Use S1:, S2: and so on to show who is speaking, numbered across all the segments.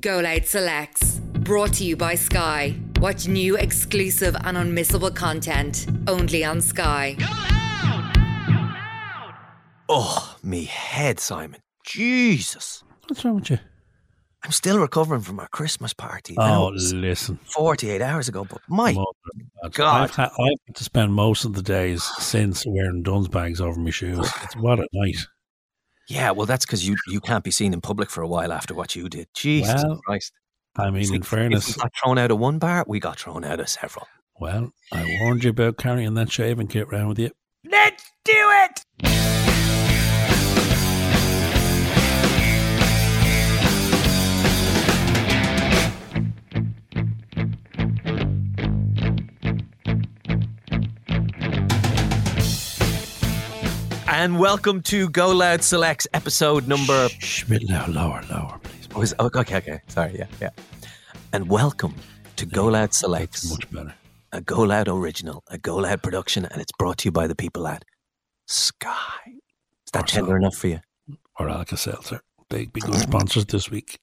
S1: Go Loud Selects, brought to you by Sky. Watch new, exclusive, and unmissable content only on Sky.
S2: Oh, me head, Simon. Jesus.
S3: What's wrong with you?
S2: I'm still recovering from our Christmas party. I know
S3: Oh,
S2: it was
S3: listen.
S2: 48 hours ago, but my
S3: Mother of
S2: God.
S3: I've had, I've had to spend most of the days since wearing Duns bags over my shoes. It's what a night.
S2: Yeah, well, that's because you, you can't be seen in public for a while after what you did. Jesus
S3: Well,
S2: Christ.
S3: I
S2: It's
S3: mean, in
S2: like, if
S3: fairness,
S2: we got thrown out of one bar, we got thrown out of several.
S3: well, I warned you about carrying that shaving kit around with you.
S2: Let's do it! And welcome to Go Loud Selects episode number.
S3: Shh, a bit low, lower, lower, please.
S2: Oh, is- oh, okay, okay. Sorry, yeah, yeah. And welcome to Go Loud Selects
S3: Much better.
S2: a Go Loud original, a Go Loud production, and it's brought to you by the people at Sky. Is that
S3: Or
S2: tender
S3: so.
S2: enough for you?
S3: Or Alka Seltzer. Big, big good sponsors this week.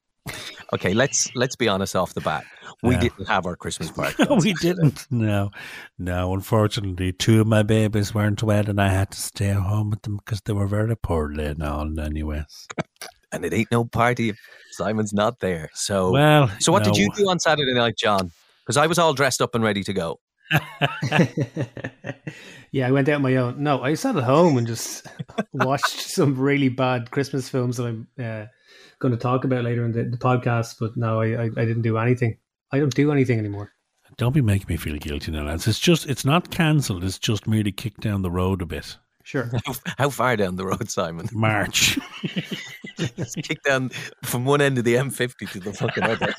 S2: Okay, let's let's be honest off the bat. We
S3: Yeah.
S2: didn't have our Christmas party.
S3: we didn't. No, no. Unfortunately, two of my babies weren't well, and I had to stay at home with them because they were very poorly and all, anyways.
S2: and it ain't no party if Simon's not there. So,
S3: Well,
S2: Oh. so what did
S3: no.
S2: you do on Saturday night, John? Because I was all dressed up and ready to go.
S4: yeah, I went out on my own. No, I sat at home and just watched some really bad Christmas films that I'm uh, going to talk about later in the, the podcast. But no, I, I, I didn't do anything. I don't do anything anymore.
S3: Don't be making me feel guilty now, lads. It's just, it's not cancelled. It's just merely kicked down the road a bit.
S4: Sure.
S2: How, how far down the road, Simon?
S3: March.
S2: It's kicked down from one end of the M50 to the fucking other,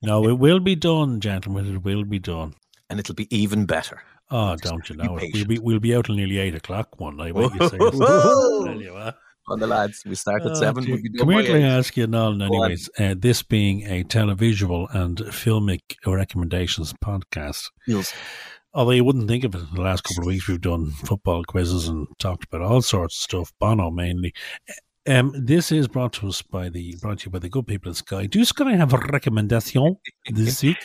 S3: no, it will be done, gentlemen. It will be done.
S2: and it'll be even better.
S3: Oh, don't you
S2: be
S3: know it? We'll
S2: patient.
S3: be, we'll be out till nearly eight o'clock one night. won't you, seriously?
S2: Whoa.
S3: Tell you what.
S2: On the lads, we start at
S3: Oh,
S2: seven.
S3: dear.
S2: We'll be done by
S3: Commercially,
S2: eight.
S3: I ask you, Nolan,
S2: Go on.
S3: anyways, uh, this being a televisual and filmic uh, recommendations podcast,
S2: Yes.
S3: although you wouldn't think of it in the last couple of weeks, we've done football quizzes and talked about all sorts of stuff, Bono mainly. Um, this is brought to us by the brought to you by the good people at Sky. Do Sky have a recommendation this week?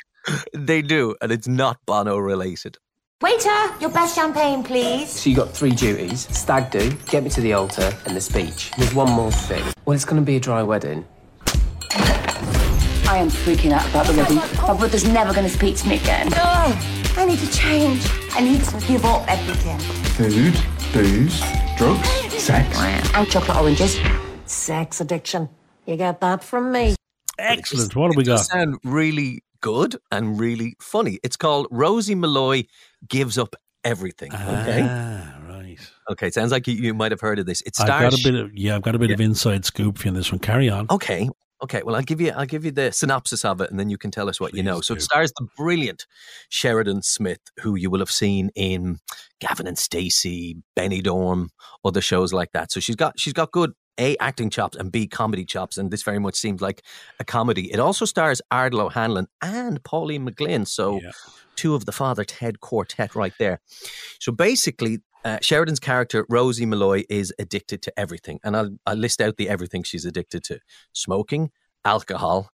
S2: They do, and it's not Bono related.
S5: Waiter, your best champagne, please.
S6: So you got three duties: stag do, get me to the altar, and the speech. There's one more thing. Well, it's going to be a dry wedding.
S7: I am freaking out about the wedding. My brother's never going to speak to me again.
S5: No, I need to change. I need to give up everything.
S8: food, booze, drugs, sex.
S5: And chocolate oranges. Sex addiction. You get that from me.
S3: Excellent. What have we got?
S2: does sound really good and really funny. It's called Rosie Malloy Gives Up Everything. Okay.
S3: Ah, right.
S2: Okay. Sounds like you, you might have heard of this. It
S3: I've
S2: stars.
S3: got a bit of yeah, I've got a bit of inside scoop for you on this one. Carry on.
S2: Um, okay. Okay. Well, I'll give you I'll give you the synopsis of it, and then you can tell us what you know.
S3: Please
S2: So
S3: do.
S2: it stars the brilliant Sheridan Smith, who you will have seen in Gavin and Stacey, Benny Dorm, other shows like that. So she's got she's got good. A acting chops and B comedy chops, and this very much seems like a comedy. It also stars Ardlo Hanlon and Pauline McGlynn. So
S3: Yeah.
S2: two of the Father Ted quartet right there. So basically, uh, Sheridan's character, Rosie Malloy, is addicted to everything. And I'll, I'll list out the everything she's addicted to smoking, alcohol,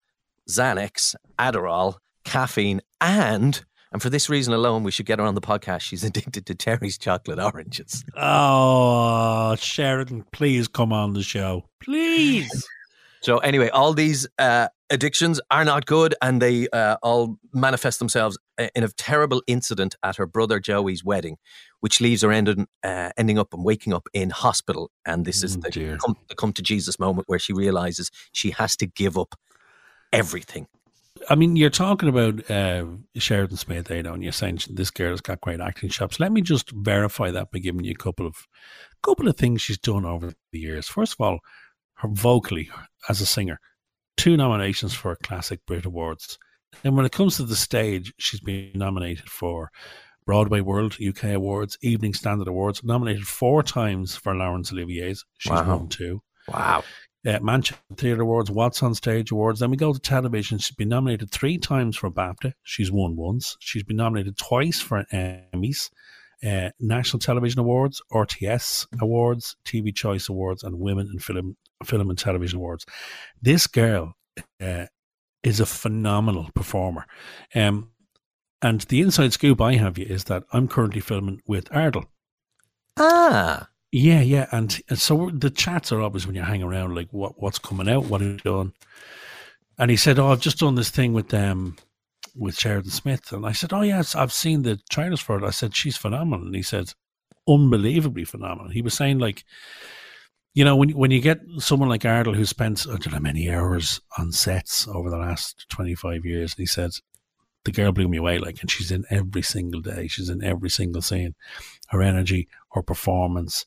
S2: Xanax, Adderall, caffeine, and. And for this reason alone, we should get her on the podcast. She's addicted to Terry's chocolate oranges.
S3: Oh, Sheridan, please come on the show, please.
S2: So anyway, all these uh, addictions are not good, and they uh, all manifest themselves i- in a terrible incident at her brother Joey's wedding, which leaves her ending uh, ending up and waking up in hospital. And this is
S3: Oh,
S2: the
S3: dear.
S2: come, the come to Jesus moment where she realizes she has to give up everything.
S3: I mean, you're talking about uh, Sheridan Smith, you know, and you're saying this girl's got great acting chops. Let me just verify that by giving you a couple of couple of things she's done over the years. First of all, her vocally as a singer, two nominations for classic Brit Awards. And when it comes to the stage, she's been nominated for Broadway World UK Awards, Evening Standard Awards, nominated four times for Laurence Olivier's. She's
S2: Wow.
S3: won two
S2: Wow!
S3: uh, Manchester Theatre Awards, What's on Stage Awards. Then we go to television. She's been nominated three times for BAFTA. She's won once. She's been nominated twice for Emmys, uh, National Television Awards, RTS Awards, TV Choice Awards, and Women in Film, Film and Television Awards. This girl uh, is a phenomenal performer. Um, and the inside scoop I have you is that I'm currently filming with Ardle.
S2: Ah,
S3: Yeah, yeah, and, and so we're- the chats are always when you hang around, like what what's coming out, what are you doing? And he said, "Oh, I've just done this thing with um with Sheridan Smith," and I said, "Oh yes, I've seen the trailers for it." I said, "She's phenomenal," and he said, "Unbelievably phenomenal." He was saying like. You know, when when you get someone like Ardle who spends I don't know many hours on sets over the last twenty five years, and he said, "The girl blew me away." Like, and she's in every single day. She's in every single scene. Her energy, her performance,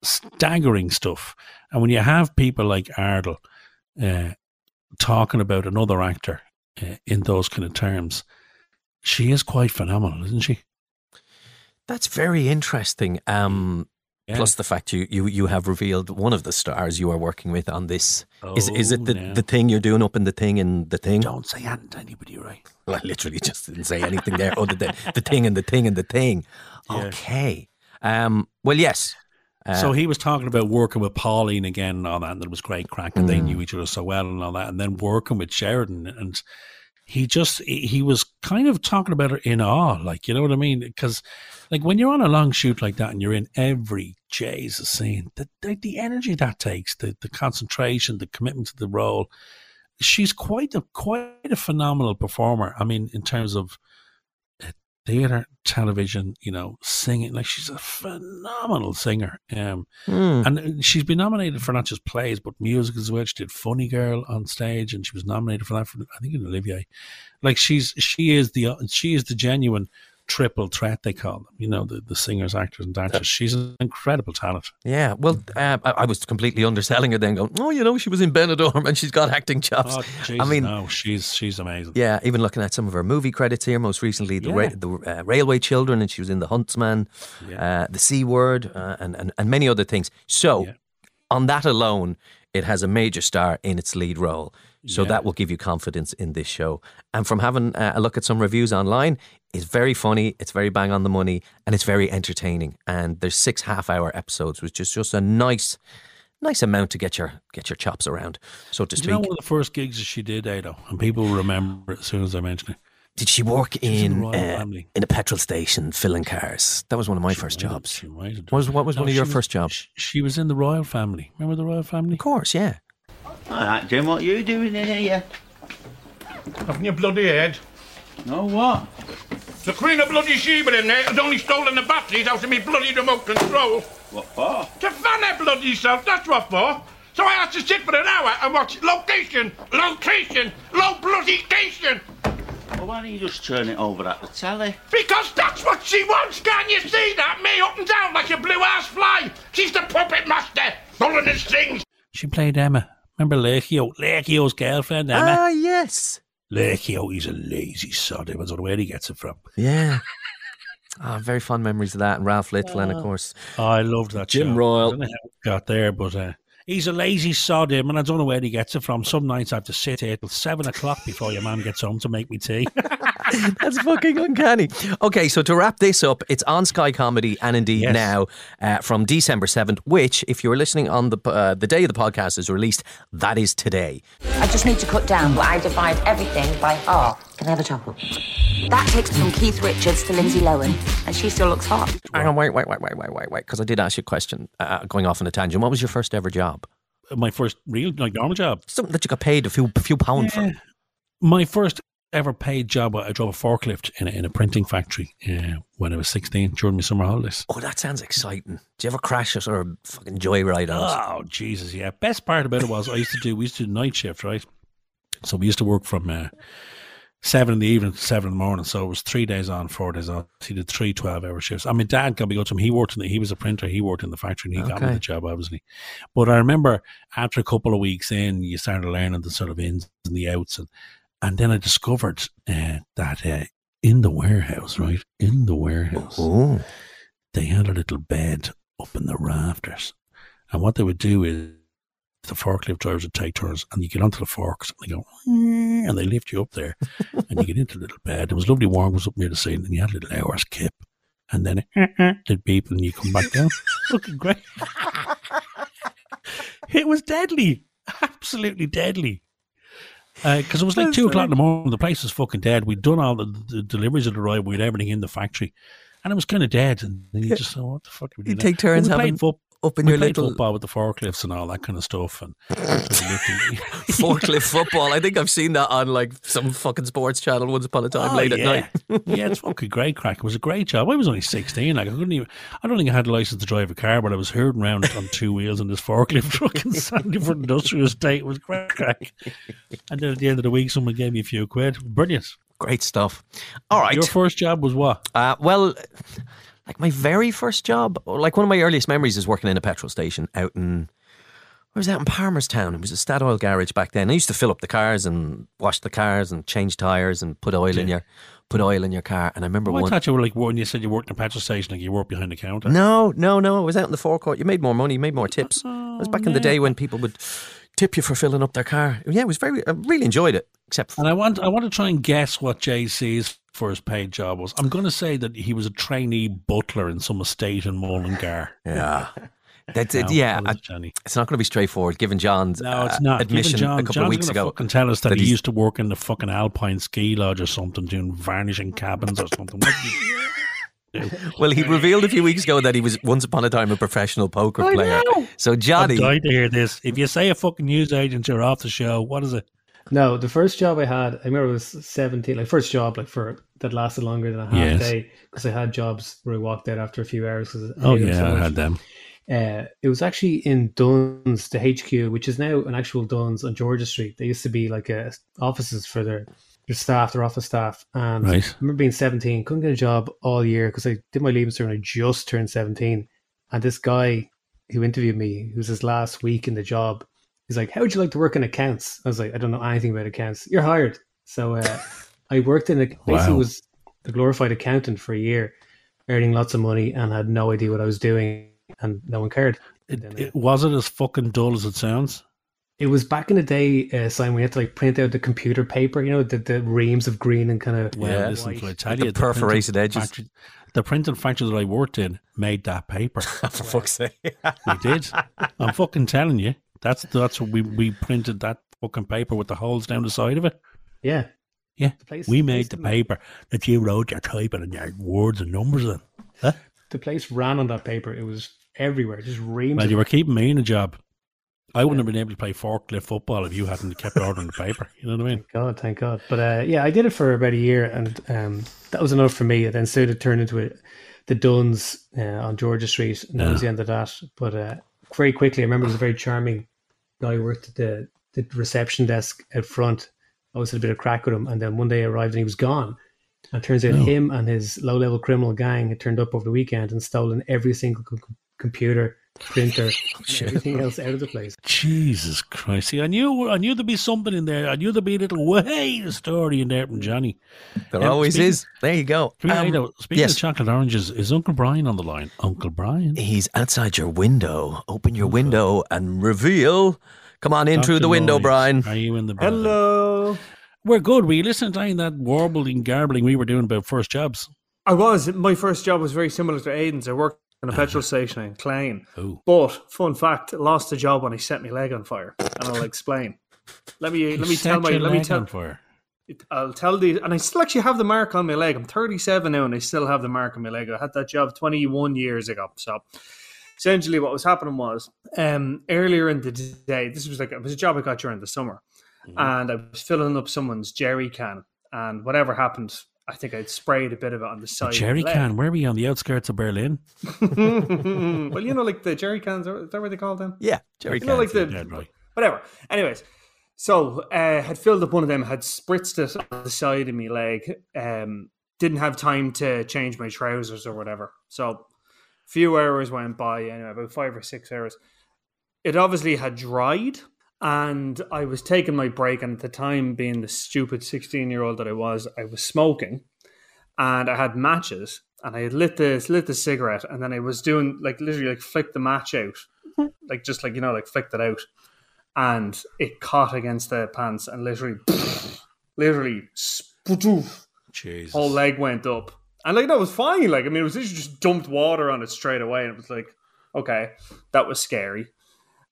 S3: staggering stuff. And when you have people like Ardle uh, talking about another actor uh, in those kind of terms, she is quite phenomenal, isn't she?
S2: that's very interesting. Um,
S3: Yeah.
S2: Plus the fact you, you you have revealed one of the stars you are working with on this. is is
S3: Oh,
S2: it the,
S3: now.
S2: the thing you're doing up in the thing and the thing?
S3: Don't say that to anybody, right?
S2: I literally just didn't say anything there other than the thing and the thing and the thing.
S3: Yeah.
S2: Okay. Um, well, yes. Uh,
S3: so he was talking about working with Pauline again and all that, and it was great crack, and they knew each other so well and all that, and then working with Sheridan, and he just he he was kind of talking about it in awe, like you know what I mean? Because like when you're on a long shoot like that and you're in every Jesus scene, the the, the energy that takes, the the concentration, the commitment to the role, she's quite a quite a phenomenal performer. I mean, in terms of theater, television, you know, singing. Like she's a phenomenal singer. Um,
S2: hmm.
S3: and she's been nominated for not just plays but music as well. She did Funny Girl on stage, and she was nominated for that for I think an Olivier. Like she's she is the she is the genuine triple threat they call them. You know, the the singers, actors, and dancers. She's an incredible talent.
S2: Yeah, well, um, I, I was completely underselling her then, going, "Oh, you know, she was in Benidorm and she's got acting chops."
S3: Oh,
S2: I
S3: Jesus,
S2: mean,
S3: no, she's she's amazing.
S2: yeah, even looking at some of her movie credits here, most recently the, ra-
S3: Yeah.
S2: the uh, Railway Children, and she was in The Huntsman, uh, The C Word, uh, and, and and many other things. So,
S3: Yeah.
S2: on that alone, it has a major star in its lead role. So
S3: Yeah.
S2: that will give you confidence in this show. And from having uh, a look at some reviews online, it's very funny, it's very bang on the money, and it's very entertaining. And there's six half-hour episodes, which is just a nice, nice amount to get your get your chops around, so to
S3: Do
S2: speak.
S3: you know one of the first gigs that she did, Ado? And people will remember it as soon as I mention it.
S2: Did she work
S3: was in the
S2: in
S3: royal
S2: uh,
S3: family.
S2: in a petrol station filling cars? That was one of my first
S3: Might have-
S2: jobs.
S3: she might have done.
S2: What was what was
S3: No,
S2: one of
S3: she
S2: your
S3: was-
S2: first jobs?
S3: sh- She was in the royal family. Remember the royal family?
S2: Of course, yeah.
S9: All right, Jim, what you doing in here?
S10: Having your bloody head.
S9: No, what?
S10: The Queen of Bloody Sheba in there has only stolen the batteries out of me bloody remote control.
S9: What for?
S10: To fan her bloody self, that's what for. So I had to sit for an hour and watch location, location, low bloody cation.
S9: Well, why don't you just turn it over at the telly?
S10: Because that's what she wants, can you see that? Me up and down like a blue ass fly. She's the puppet master, pulling the strings.
S3: She played Emma. Remember Lecchio? Lecchio's girlfriend, Emma.
S2: Ah, yes,
S3: Lecchio, he's a lazy sod. It was where he gets it from.
S2: yeah. Ah, very fond memories of that, and Ralph Little, and of course,
S3: I loved that
S2: Jim
S3: show.
S2: Royle.
S3: I don't know how it got there, but uh, he's a lazy sod, him, and I don't know where he gets it from. Some nights I have to sit here till seven o'clock before your man gets home to make me tea.
S2: That's fucking uncanny. Okay, so to wrap this up, it's on Sky Comedy and indeed
S3: Yes.
S2: now uh, from December seventh. Which, if you're listening on the uh, the day the podcast is released, that is today.
S7: I just need to cut down. I divide everything by half.
S5: Can I have a chocolate?
S7: That takes us from Keith Richards to Lindsay Lohan, and she still looks hot.
S2: Hang on, wait, wait, wait, wait, wait, wait, wait, because I did ask you a question, uh, going off on a tangent. What was your first ever job?
S3: My first real, like, normal job.
S2: Something that you got paid a few few pound for.
S3: My first ever paid job, I drove a forklift in a, in a printing factory uh, when I was 16 during my summer holidays.
S2: Oh, that sounds exciting. Do you ever crash it or fucking joyride on it?
S3: Oh Jesus, yeah. Best part about it was I used to do we used to do night shift, right? So we used to work from uh, seven in the evening to seven in the morning. So it was three days on, four days off. He did three 12 hour shifts. I mean, dad got me go to him. He worked in the, he was a printer. He worked in the factory and he got me
S2: Okay.
S3: the job, obviously. But I remember after a couple of weeks in, you started learning the sort of ins and the outs. And, and then I discovered uh, that uh, in the warehouse, right? In the warehouse
S2: Oh,
S3: they had a little bed up in the rafters. And what they would do is the forklift drivers would take turns and you get onto the forks and they go, "Mm," and they lift you up there and you get into the little bed. It was lovely warm, it was up near the ceiling and you had a little hour's kip. And then it, they'd beep and you come back down. Looking great. it was deadly. Absolutely deadly. because it was like
S2: That's
S3: two o'clock
S2: right.
S3: in the morning. The place was fucking dead. We'd done all the, the deliveries had arrived. We had everything in the factory, and it was kind of dead. And then you just thought, "What the fuck?" Are we
S2: You
S3: doing
S2: take
S3: now?" But
S2: turns
S3: we played
S2: having
S3: fo-
S2: up in
S3: we
S2: your
S3: played
S2: little-
S3: football with the forklifts and all that kind of stuff. And
S2: Forklift football. I think I've seen that on like some fucking sports channel once upon a time
S3: Oh,
S2: late
S3: yeah.
S2: at night.
S3: yeah, it's fucking great crack. It was a great job. I was only sixteen. Like I couldn't even. I don't think I had a license to drive a car, but I was herding around on two wheels in this forklift truck in Sandyford Industrial Estate. It was great crack. And then at the end of the week, someone gave me a few quid. Brilliant.
S2: Great stuff. All right.
S3: Your first job was what?
S2: Uh, well, like my very first job, or like one of my earliest memories is working in a petrol station out in, I was out in Palmerstown. It was a Stad Oil garage back then. I used to fill up the cars and wash the cars and change tires and put oil in your put oil in your car. And I remember
S3: Well, I
S2: one.
S3: thought you were like when you said you worked in a petrol station, like you worked behind the counter.
S2: No, no, no. It was out in the forecourt. You made more money. You made more tips.
S3: Oh,
S2: it was back in the
S3: no.
S2: day when people would tip you for filling up their car. Yeah, it was very. I really enjoyed it. Except for,
S3: And I want I want to try and guess what JC's first paid job was. I'm going to say that he was a trainee butler in some estate in Mullingar.
S2: yeah, that's it.
S3: No,
S2: Yeah,
S3: that was
S2: I-
S3: Johnny.
S2: it's not going to be straightforward. Given John's
S3: No, it's
S2: uh,
S3: not. Even
S2: admission
S3: John,
S2: a couple
S3: John's
S2: of weeks
S3: gonna
S2: ago,
S3: fucking tell us that,
S2: that
S3: he
S2: he's-
S3: used to work in the fucking Alpine ski lodge or something, doing varnishing cabins or something. What did he-
S2: Well, he revealed a few weeks ago that he was once upon a time a professional poker player. So
S3: I'm
S2: Johnny,
S3: dying to hear this. If you say a fucking news agent, you're off the show. What is it?
S4: No, the first job I had, I remember I was 17, like first job, like for that lasted longer than a half
S3: Yes.
S4: day because I had jobs where I walked out after a few hours. 'cause I
S3: Oh
S4: hated them so
S3: yeah, I
S4: much.
S3: had them.
S4: Uh, it was actually in Dunn's, the HQ, which is now an actual Dunn's on Georgia Street. They used to be like uh, offices for their, their staff, their office staff. And
S3: Right.
S4: I remember being 17, couldn't get a job all year because I did my leaving cert when I just turned 17. And this guy who interviewed me, who was his last week in the job, he's like, How would you like to work in accounts? I was like, I don't know anything about accounts. You're hired. So uh, I worked in a basically
S3: Wow.
S4: was a glorified accountant for a year, earning lots of money and had no idea what I was doing. And no one cared.
S3: It,
S2: uh,
S4: Then,
S3: it was it as fucking dull as it sounds.
S4: It was back in the day, uh, Simon. We had to like print out the computer paper, you know, the, the reams of green and kind of
S3: Well,
S2: Yeah.
S3: listen,
S4: White.
S3: I tell
S2: The
S3: you,
S2: perforated
S3: printing
S2: edges.
S3: Factory, the printing factory that I worked in made that paper.
S2: for fuck's sake,
S3: we did. I'm fucking telling you. That's that's what we we printed that fucking paper with the holes down the side of it.
S4: yeah,
S3: Yeah,
S4: The place-
S3: we
S4: the
S3: made
S4: place
S3: the
S4: didn't-
S3: paper that you wrote your typing and your words and numbers in. Huh?
S4: the place ran on that paper. It was everywhere, just reams.
S3: Well,
S4: of-
S3: you were keeping me in a job. I wouldn't have been able to play forklift football if you hadn't kept ordering the paper. You know what I mean?
S4: God, thank God. But uh, yeah, I did it for about a year, and um, that was enough for me. And then soon it turned into a, the Duns uh, on Georgia Street, and that was the end of that. But uh, very quickly, I remember it was a very charming guy who worked at the, the reception desk out front. I always had a bit of crack with him, and then one day I arrived and he was gone. And it turns out him and his low level criminal gang had turned up over the weekend and stolen every single com- computer, printer, and everything else out of the place.
S3: Jesus Christ! See, I knew I knew there'd be something in there. I knew there'd be a little way story in there from Johnny.
S2: there
S3: Um,
S2: always
S3: speaking-
S2: is. There you go.
S3: Can we-
S2: Um,
S3: you know, speaking
S2: yes.
S3: of chocolate oranges, is Uncle Brian on the line? Uncle Brian.
S2: He's outside your window. Open your window and reveal. Come on in through
S3: Dr.
S2: the window,
S3: Lloyd,
S2: Brian.
S3: Are you in the building?
S11: Hello.
S3: We're good. We listened to any of that warbling, garbling we were doing about first jobs.
S11: I was. My first job was very similar to Aidan's. I worked in a petrol station in Clane.
S3: Oh.
S11: But, fun fact, lost the job when I set my leg on fire. And I'll explain. Let me let me
S3: Set
S11: tell my
S3: your
S11: let me
S3: leg on
S11: tell
S3: fire.
S11: I'll tell the and I still actually have the mark on my leg. I'm 37 now and I still have the mark on my leg. I had that job 21 years ago. So essentially what was happening was um earlier in the day, this was like it was a job I got during the summer.
S3: Mm-hmm.
S11: And I was filling up someone's jerry can and whatever happened, I think I'd sprayed a bit of it on the side. of my
S3: Jerry
S11: leg.
S3: can. Where are we on the outskirts of Berlin?
S11: well, you know, like the jerry cans, are- is that what they call them?
S2: Yeah, Jerry.
S11: You know, like
S2: Canfield.
S11: the
S3: Yeah, right.
S11: whatever. Anyways, so uh, had filled up one of them, had spritzed it on the side of my leg. Um, didn't have time to change my trousers or whatever. So, few hours went by. Anyway, about five or six hours. It obviously had dried, and I was taking my break. And at the time, being the stupid sixteen-year-old that I was, I was smoking, and I had matches. And I had lit the lit the cigarette, and then I was doing like literally like flick the match out, like just like you know like flicked it out, and it caught against the pants and literally, literally, spoof,
S3: Jesus.
S11: whole leg went up. And like that was fine. Like I mean, it was literally just dumped water on it straight away, and it was like, okay, that was scary.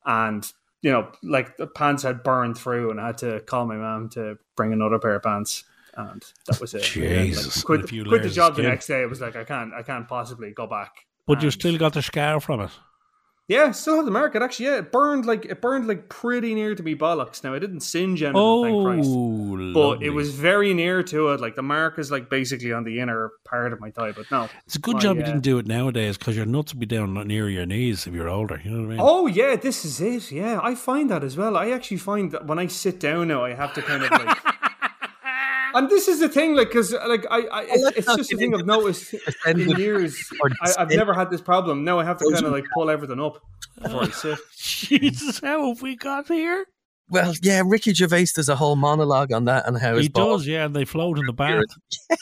S11: And you know, like the pants had burned through, and I had to call my mom to bring another pair of pants, and that was it.
S3: Jesus.
S11: Like, quit,
S3: And a few
S11: quit the
S3: layers of
S11: job the
S3: skin.
S11: next day. It was like I can't, I can't possibly go back.
S3: But you still got the scar from it.
S11: Yeah, still have the mark. It actually, yeah, it burned like it burned like pretty near to me bollocks. Now I didn't singe anything, thank Christ.
S3: Oh,
S11: But it was very near to it. Like the mark is like basically on the inner part of my thigh. But no,
S3: It's a good
S11: my,
S3: job
S11: uh,
S3: you didn't do it nowadays because your nuts would be down near your knees if you're older. You know what I mean?
S11: Oh yeah, this is it. Yeah, I find that as well. I actually find that when I sit down now, I have to kind of like. and this is the thing, like, because like I, I it's, it's just a thing I've noticed in
S3: end of-
S11: years. I, I've never had this problem. Now I have to kind of like pull everything up before I sit.
S3: Jesus, how have we got here?
S2: Well, yeah, Ricky Gervais does a whole monologue on that and how his
S3: He
S2: balls-
S3: does, yeah, and they float in the bath.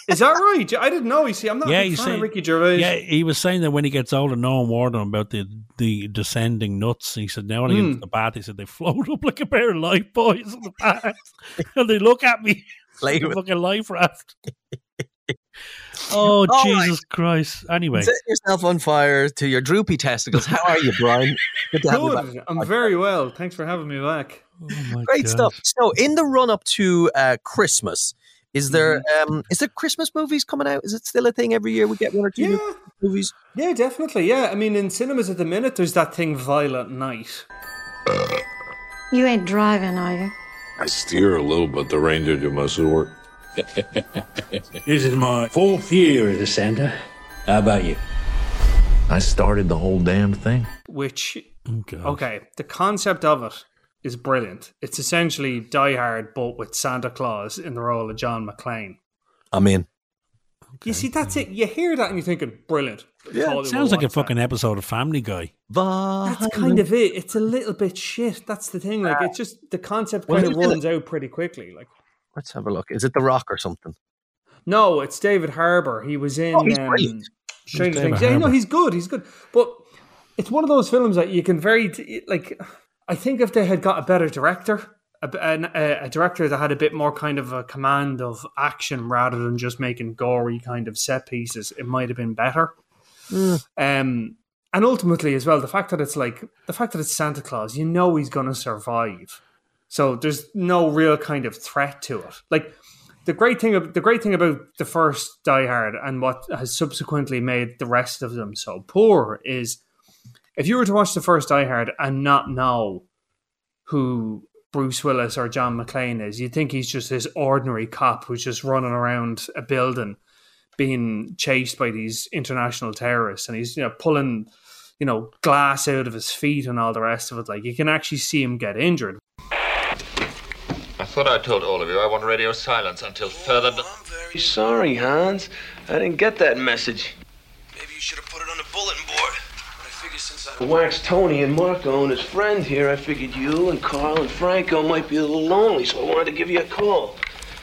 S11: Is that right? I didn't know. You see, I'm not
S3: yeah,
S11: a big
S3: you
S11: fan
S3: say,
S11: of Ricky Gervais.
S3: Yeah, he was saying that when he gets older, no one warned him about the, the descending nuts. He said, now when I get
S11: Hmm.
S3: into the bath, he said, they float up like a pair of life boys in the bath. and they look at me.
S2: Play
S3: like a
S2: with-
S3: fucking life raft. oh,
S2: All right.
S3: Jesus Christ. Anyway.
S2: Set yourself on fire to your droopy testicles. How are you, Brian? Good to have you back.
S11: Good. I'm very well. Thanks for having me back.
S3: oh
S2: Great stuff. So, in the run up to uh, Christmas, is there um, is there Christmas movies coming out? Is it still a thing every year? We get one or two. new-
S11: Yeah.
S2: Movies.
S11: Yeah, definitely. Yeah, I mean, in cinemas at the minute, there's that thing Violent Night.
S5: You ain't driving, are you?
S12: I steer a little, but the reindeer do most of the work.
S13: This is my fourth year as a Santa. How about you? I started the whole damn thing.
S11: which
S4: Oh,
S11: okay, the concept of it is brilliant. It's essentially Die Hard, but with Santa Claus in the role of John McClane.
S2: I'm in.
S11: You see, that's it. You hear that and you're thinking, brilliant.
S3: Yeah, it sounds like a fucking episode of Family Guy.
S11: That's kind of it. It's a little bit shit. That's the thing. Like, it's just the concept kind of runs out pretty quickly. Like,
S2: Let's have a look. Is it The Rock or something?
S11: no, it's David Harbour. He was in.
S2: Oh, he's
S11: um,
S2: brilliant.
S11: Stranger
S2: He's
S11: Things.
S2: David
S11: Yeah, no,
S2: Harbour.
S11: he's good. He's good. But it's one of those films that you can very t- like. I think if they had got a better director, a, b- an- a, a director that had a bit more kind of a command of action rather than just making gory kind of set pieces, it might have been better.
S2: Mm.
S11: Um, and ultimately, as well, the fact that it's like the fact that it's Santa Claus, you know, he's gonna survive. So there's no real kind of threat to it. Like the great thing, ab- the great thing about the first Die Hard and what has subsequently made the rest of them so poor is, if you were to watch the first Die Hard and not know who Bruce Willis or John McClane is, you'd think he's just this ordinary cop who's just running around a building, being chased by these international terrorists, and he's you know pulling, you know, glass out of his feet and all the rest of it. Like you can actually see him get injured.
S14: I thought I told all of you I want radio silence until further. Oh, I'm very sorry, Hans. I didn't get that message. Wax Tony and Marco and his friend here. I figured you and Carl and Franco might be a little lonely, so I wanted to give you a call.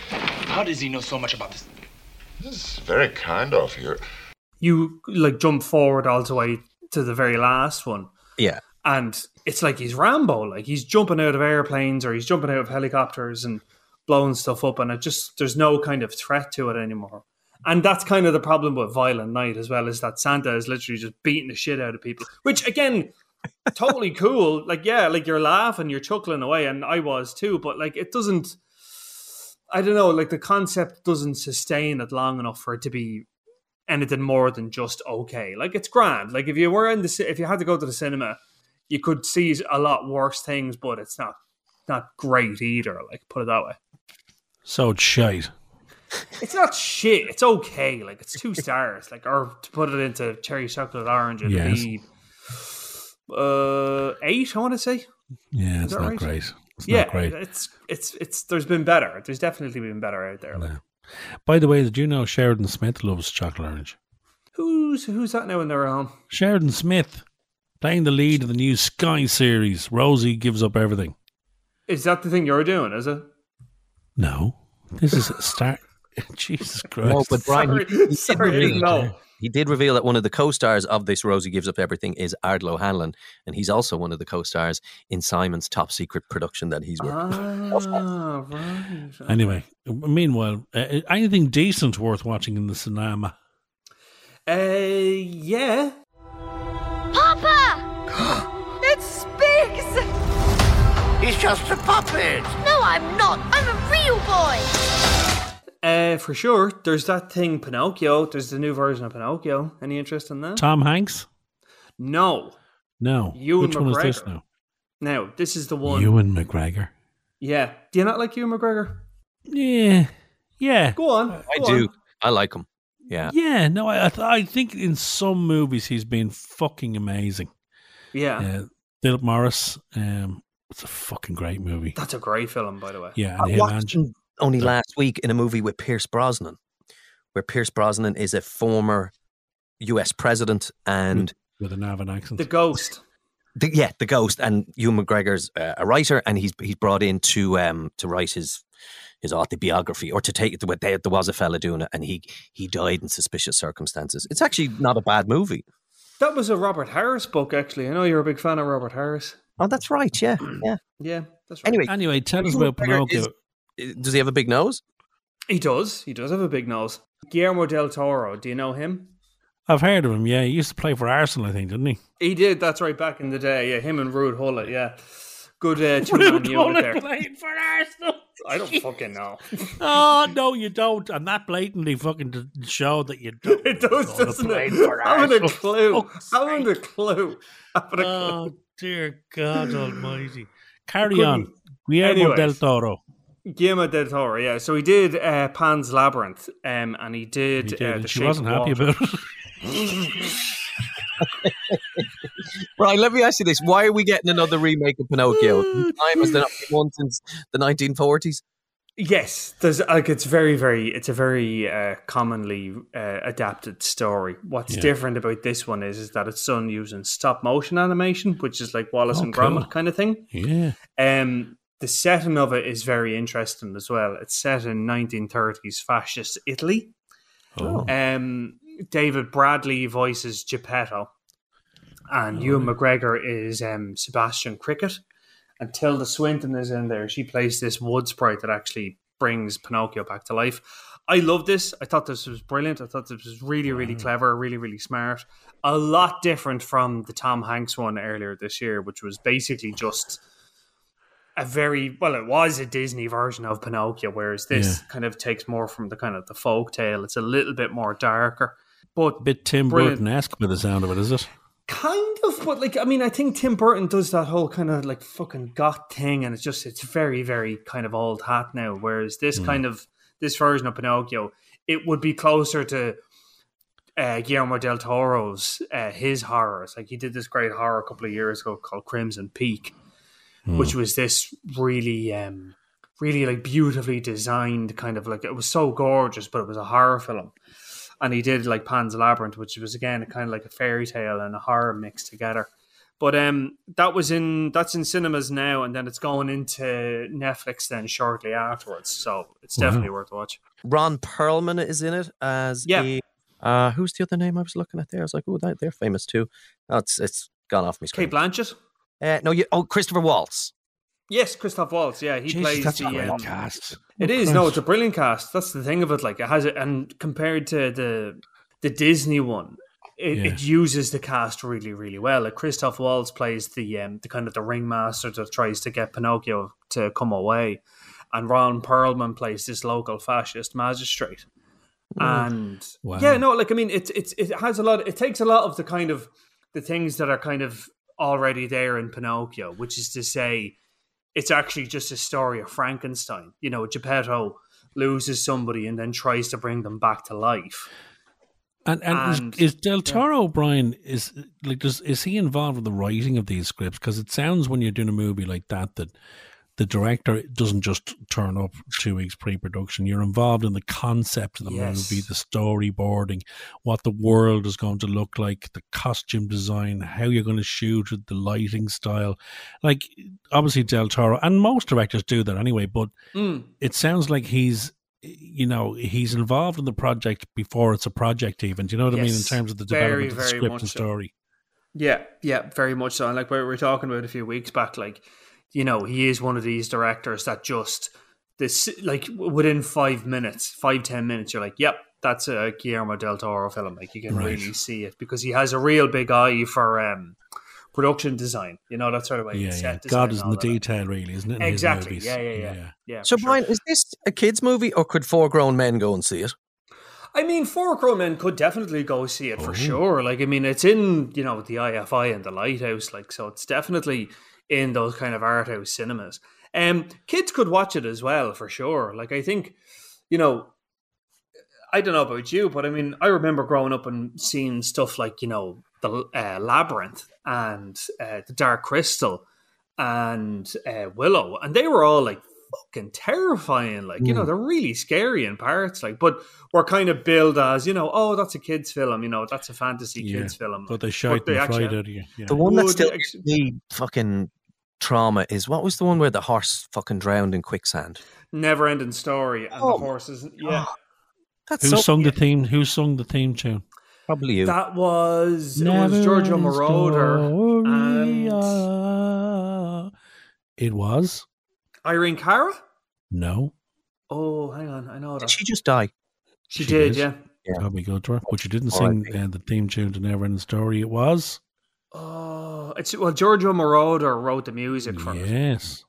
S14: How does he know so much about this?
S15: This is very kind of you.
S11: you like jump forward all the way to the very last one
S2: Yeah.
S11: and it's like he's rambo like he's jumping out of airplanes or he's jumping out of helicopters and blowing stuff up and it just there's no kind of threat to it anymore and that's kind of the problem with violent night as well is that santa is literally just beating the shit out of people which again totally cool like yeah like you're laughing you're chuckling away and i was too but like it doesn't i don't know like the concept doesn't sustain it long enough for it to be anything more than just okay. Like it's grand. Like if you were in the ci- if you had to go to the cinema, you could see a lot worse things, but it's not not great either. Like put it that way,
S3: So it's shite.
S11: it's not shit. It's okay. Like it's two stars. Like or to put it into cherry chocolate orange, it'd
S3: Yes.
S11: be uh eight. I want to say.
S3: Yeah,
S11: Is
S3: it's
S11: that
S3: not
S11: right?
S3: great. It's
S11: yeah, uh,
S3: not great.
S11: it's it's it's. There's been better. There's definitely been better out there. Like
S3: By the way, did you know Sheridan Smith loves chocolate orange?
S11: who's who's that now in their home?
S3: Sheridan Smith, playing the lead of the new Sky series, Rosie gives up everything.
S11: Is that the thing you're doing? Is it?
S3: No, this is a star. Jesus Christ!
S2: No, Oh, but Brian, he- he, did
S11: sorry, I
S2: reveal,
S11: didn't know.
S2: he did reveal that one of the co-stars of this Rosie Gives Up Everything is Ardlo Hanlon, and he's also one of the co-stars in Simon's top secret production that he's working.
S11: Ah, right.
S3: Anyway, meanwhile, uh, anything decent worth watching in the cinema?
S11: Uh, yeah.
S16: Papa! it speaks! He's just a puppet. No, I'm not. I'm a real boy.
S11: Uh, for sure. There's that thing Pinocchio. There's the new version of Pinocchio. Any interest in that?
S3: Tom Hanks?
S11: No.
S3: No.
S11: Ewan
S3: Which one is this
S11: McGregor.
S3: now?
S11: Now this is the one.
S3: Ewan McGregor.
S11: Yeah. Do you not like Ewan McGregor?
S3: Yeah. Yeah.
S11: Go on.
S2: I
S11: Ah, go
S2: do.
S11: on.
S2: I like him. Yeah.
S3: Yeah, no, I, I th- I think in some movies he's been fucking amazing.
S11: Yeah.
S3: Uh, Philip Morris, um, it's a fucking great movie.
S11: That's a great film, by the way.
S3: Yeah,
S2: I
S3: and him
S2: watched
S3: and-
S2: him only last week in a movie with Pierce Brosnan, where Pierce Brosnan is a former U.S. president and
S3: with an Avon accent.
S11: The Ghost.
S2: The, yeah, the ghost and Ewan McGregor's uh, a writer, and he's he's brought in to um to write his his autobiography or to take it. There, there was a fella doing it, and he he died in suspicious circumstances. It's actually not a bad movie.
S11: That was a Robert Harris book, actually. I know you're a big fan of Robert Harris.
S2: Oh, that's right. Yeah, yeah,
S11: yeah. That's right.
S2: Anyway,
S3: anyway, tell
S11: us about Pinocchio.
S2: uh, does he have a big nose?
S11: He does. He does have a big nose. Guillermo del Toro. Do you know him?
S3: I've heard of him. Yeah, he used to play for Arsenal, I think, didn't he?
S11: He did. That's right. Back in the day, yeah. Him and Rude Hullet. Yeah. Good uh, two-man unit there.
S3: playing for Arsenal.
S11: I don't fucking know.
S3: oh no, you don't, and that blatantly fucking d- showed that you don't.
S11: It does, doesn't
S3: played
S11: it?
S3: for
S11: I haven't a
S3: Arsenal.
S11: clue. I haven't a clue. I haven't a
S3: Oh
S11: clue.
S3: dear God Almighty! Carry
S11: Couldn't-
S3: on, Guillermo
S11: Anyways.
S3: del Toro.
S11: Guillermo del Toro, yeah. So he did uh, Pan's Labyrinth, um, and he did,
S3: He did,
S11: uh, the
S3: and she
S11: Shape
S3: wasn't
S11: of
S3: happy
S11: Water.
S3: about it.
S2: Right, let me ask you this: Why are we getting another remake of Pinocchio?
S11: Mm.
S2: Time has there not been one since the 1940s?
S11: Yes, there's like it's very, very, it's a very uh, commonly uh, adapted story. What's
S3: Yeah.
S11: different about this one is is that it's done using stop motion animation, which is like Wallace
S3: Oh,
S11: and Gromit
S3: cool.
S11: kind of thing.
S3: Yeah.
S11: Um, the setting of it is very interesting as well. It's set in 1930s fascist Italy.
S3: Oh.
S11: Um, David Bradley voices Geppetto, and Ewan McGregor is um, Sebastian Cricket. And Tilda Swinton is in there. She plays this wood sprite that actually brings Pinocchio back to life. I love this. I thought this was brilliant. I thought this was really, really clever, really, really smart. A lot different from the Tom Hanks one earlier this year, which was basically just a very well it was a disney version of pinocchio whereas this kind of takes more from the kind of the folk tale it's a little bit more darker but
S3: bit Tim
S11: brilliant.
S3: Burton esque by the sound of it, is it?
S11: kind of but like i mean i think tim burton does that whole kind of like fucking goth thing and it's just it's very very kind of old hat now whereas this
S3: Mm.
S11: kind of this version of pinocchio it would be closer to uh, Guillermo del Toro's uh, his horrors. Like he did this great horror a couple of years ago called Crimson Peak, which was this really, um, really like beautifully designed kind of like it was so gorgeous, but it was a horror film. And he did like Pan's Labyrinth, which was again kind of like a fairy tale and a horror mixed together. But um, that was in that's in cinemas now, and then it's going into Netflix then shortly afterwards. So it's
S2: Wow.
S11: definitely worth a watch.
S2: Ron Perlman is in it as
S11: Yeah.
S2: a- uh, who's the other name I was looking at there? I was like, oh, that, they're famous too. Oh, it's it's gone off my screen.
S11: Kate Blanchett.
S2: Uh, no, you, oh, Christopher Waltz.
S11: Yes, Christoph Waltz. Yeah, he
S3: Jesus,
S11: plays
S3: that's
S11: the
S3: a great
S11: um,
S3: cast.
S11: It
S3: Oh,
S11: is no,
S3: Christ.
S11: it's a brilliant cast. That's the thing of it. Like it has it, and compared to the the Disney one, it,
S3: Yeah.
S11: it uses the cast really, really well. Like Christoph Waltz plays the um, the kind of the ringmaster that tries to get Pinocchio to come away, and Ron Perlman plays this local fascist magistrate.
S3: Mm.
S11: And
S3: Wow.
S11: yeah, no, like I mean, it's it's it has a lot. It takes a lot of the kind of the things that are kind of already there in Pinocchio, which is to say, it's actually just a story of Frankenstein. You know, Geppetto loses somebody and then tries to bring them back to life.
S3: And, and,
S11: And-
S3: is, is Del Toro Brian is like does is he involved with the writing of these scripts? Because it sounds when you're doing a movie like that that the director doesn't just turn up two weeks pre-production. You're involved in the concept of the
S11: Yes.
S3: movie, the storyboarding, what the world is going to look like, the costume design, how you're going to shoot it, the lighting style. Like obviously Del Toro and most directors do that anyway, but
S11: Mm.
S3: it sounds like he's you know he's involved in the project before it's a project even do you know what i mean in
S11: Yes,
S3: terms of the
S11: very,
S3: development of the
S11: very
S3: script
S11: much
S3: and
S11: so.
S3: story
S11: Yeah, yeah, very much so. And like we were talking about a few weeks back, like you know, he is one of these directors that just this like w- within five minutes, five ten minutes, you're like, yep, that's a Guillermo del Toro film. Like you can
S3: Right.
S11: really see it because he has a real big eye for um production design. You know that sort of way.
S3: Yeah,
S11: set
S3: yeah.
S11: design
S3: God
S11: and
S3: is in
S11: all
S3: the
S11: that.
S3: detail, really, isn't it? in his
S11: Exactly.
S3: movies?
S11: Yeah, yeah, yeah, yeah.
S2: so, Brian, is this a kids' movie, or could four grown men go and see it?
S11: I mean, Four Crow Men could definitely go see it for sure. Like, I mean, it's in you know the IFI and the Lighthouse, like, so it's definitely in those kind of art house cinemas. Um, kids could watch it as well for sure. Like, I think, you know, I don't know about you, but I mean, I remember growing up and seeing stuff like you know the uh, Labyrinth and uh, the Dark Crystal and uh, Willow, and they were all like fucking terrifying. Like you
S3: Hmm.
S11: know,
S17: Mm.
S11: they're really scary in parts. Like, but were kind of billed as you know, oh, that's a kids' film. You know, that's a fantasy
S3: Yeah.
S11: kids' film.
S3: But they shite and fried out of you. Yeah.
S2: The one that
S11: Would
S2: still
S11: ex-
S2: gives me fucking trauma is what was the one where the horse fucking drowned in quicksand?
S11: never ending story and the horses. Yeah,
S3: Who sung the theme? Who sung the theme tune?
S2: Probably you.
S11: that was it
S3: Never
S11: was Giorgio
S3: ending
S11: Moroder and
S3: It was
S11: Irene Cara.
S3: no.
S11: Oh, hang on, I know that.
S2: She just died.
S11: She, did, yeah.
S3: God, we go to her. But you didn't
S11: All
S3: sing uh, the theme tune to Neverending Story. It was
S11: Oh, it's well, Giorgio Moroder wrote the music for it,
S3: yes,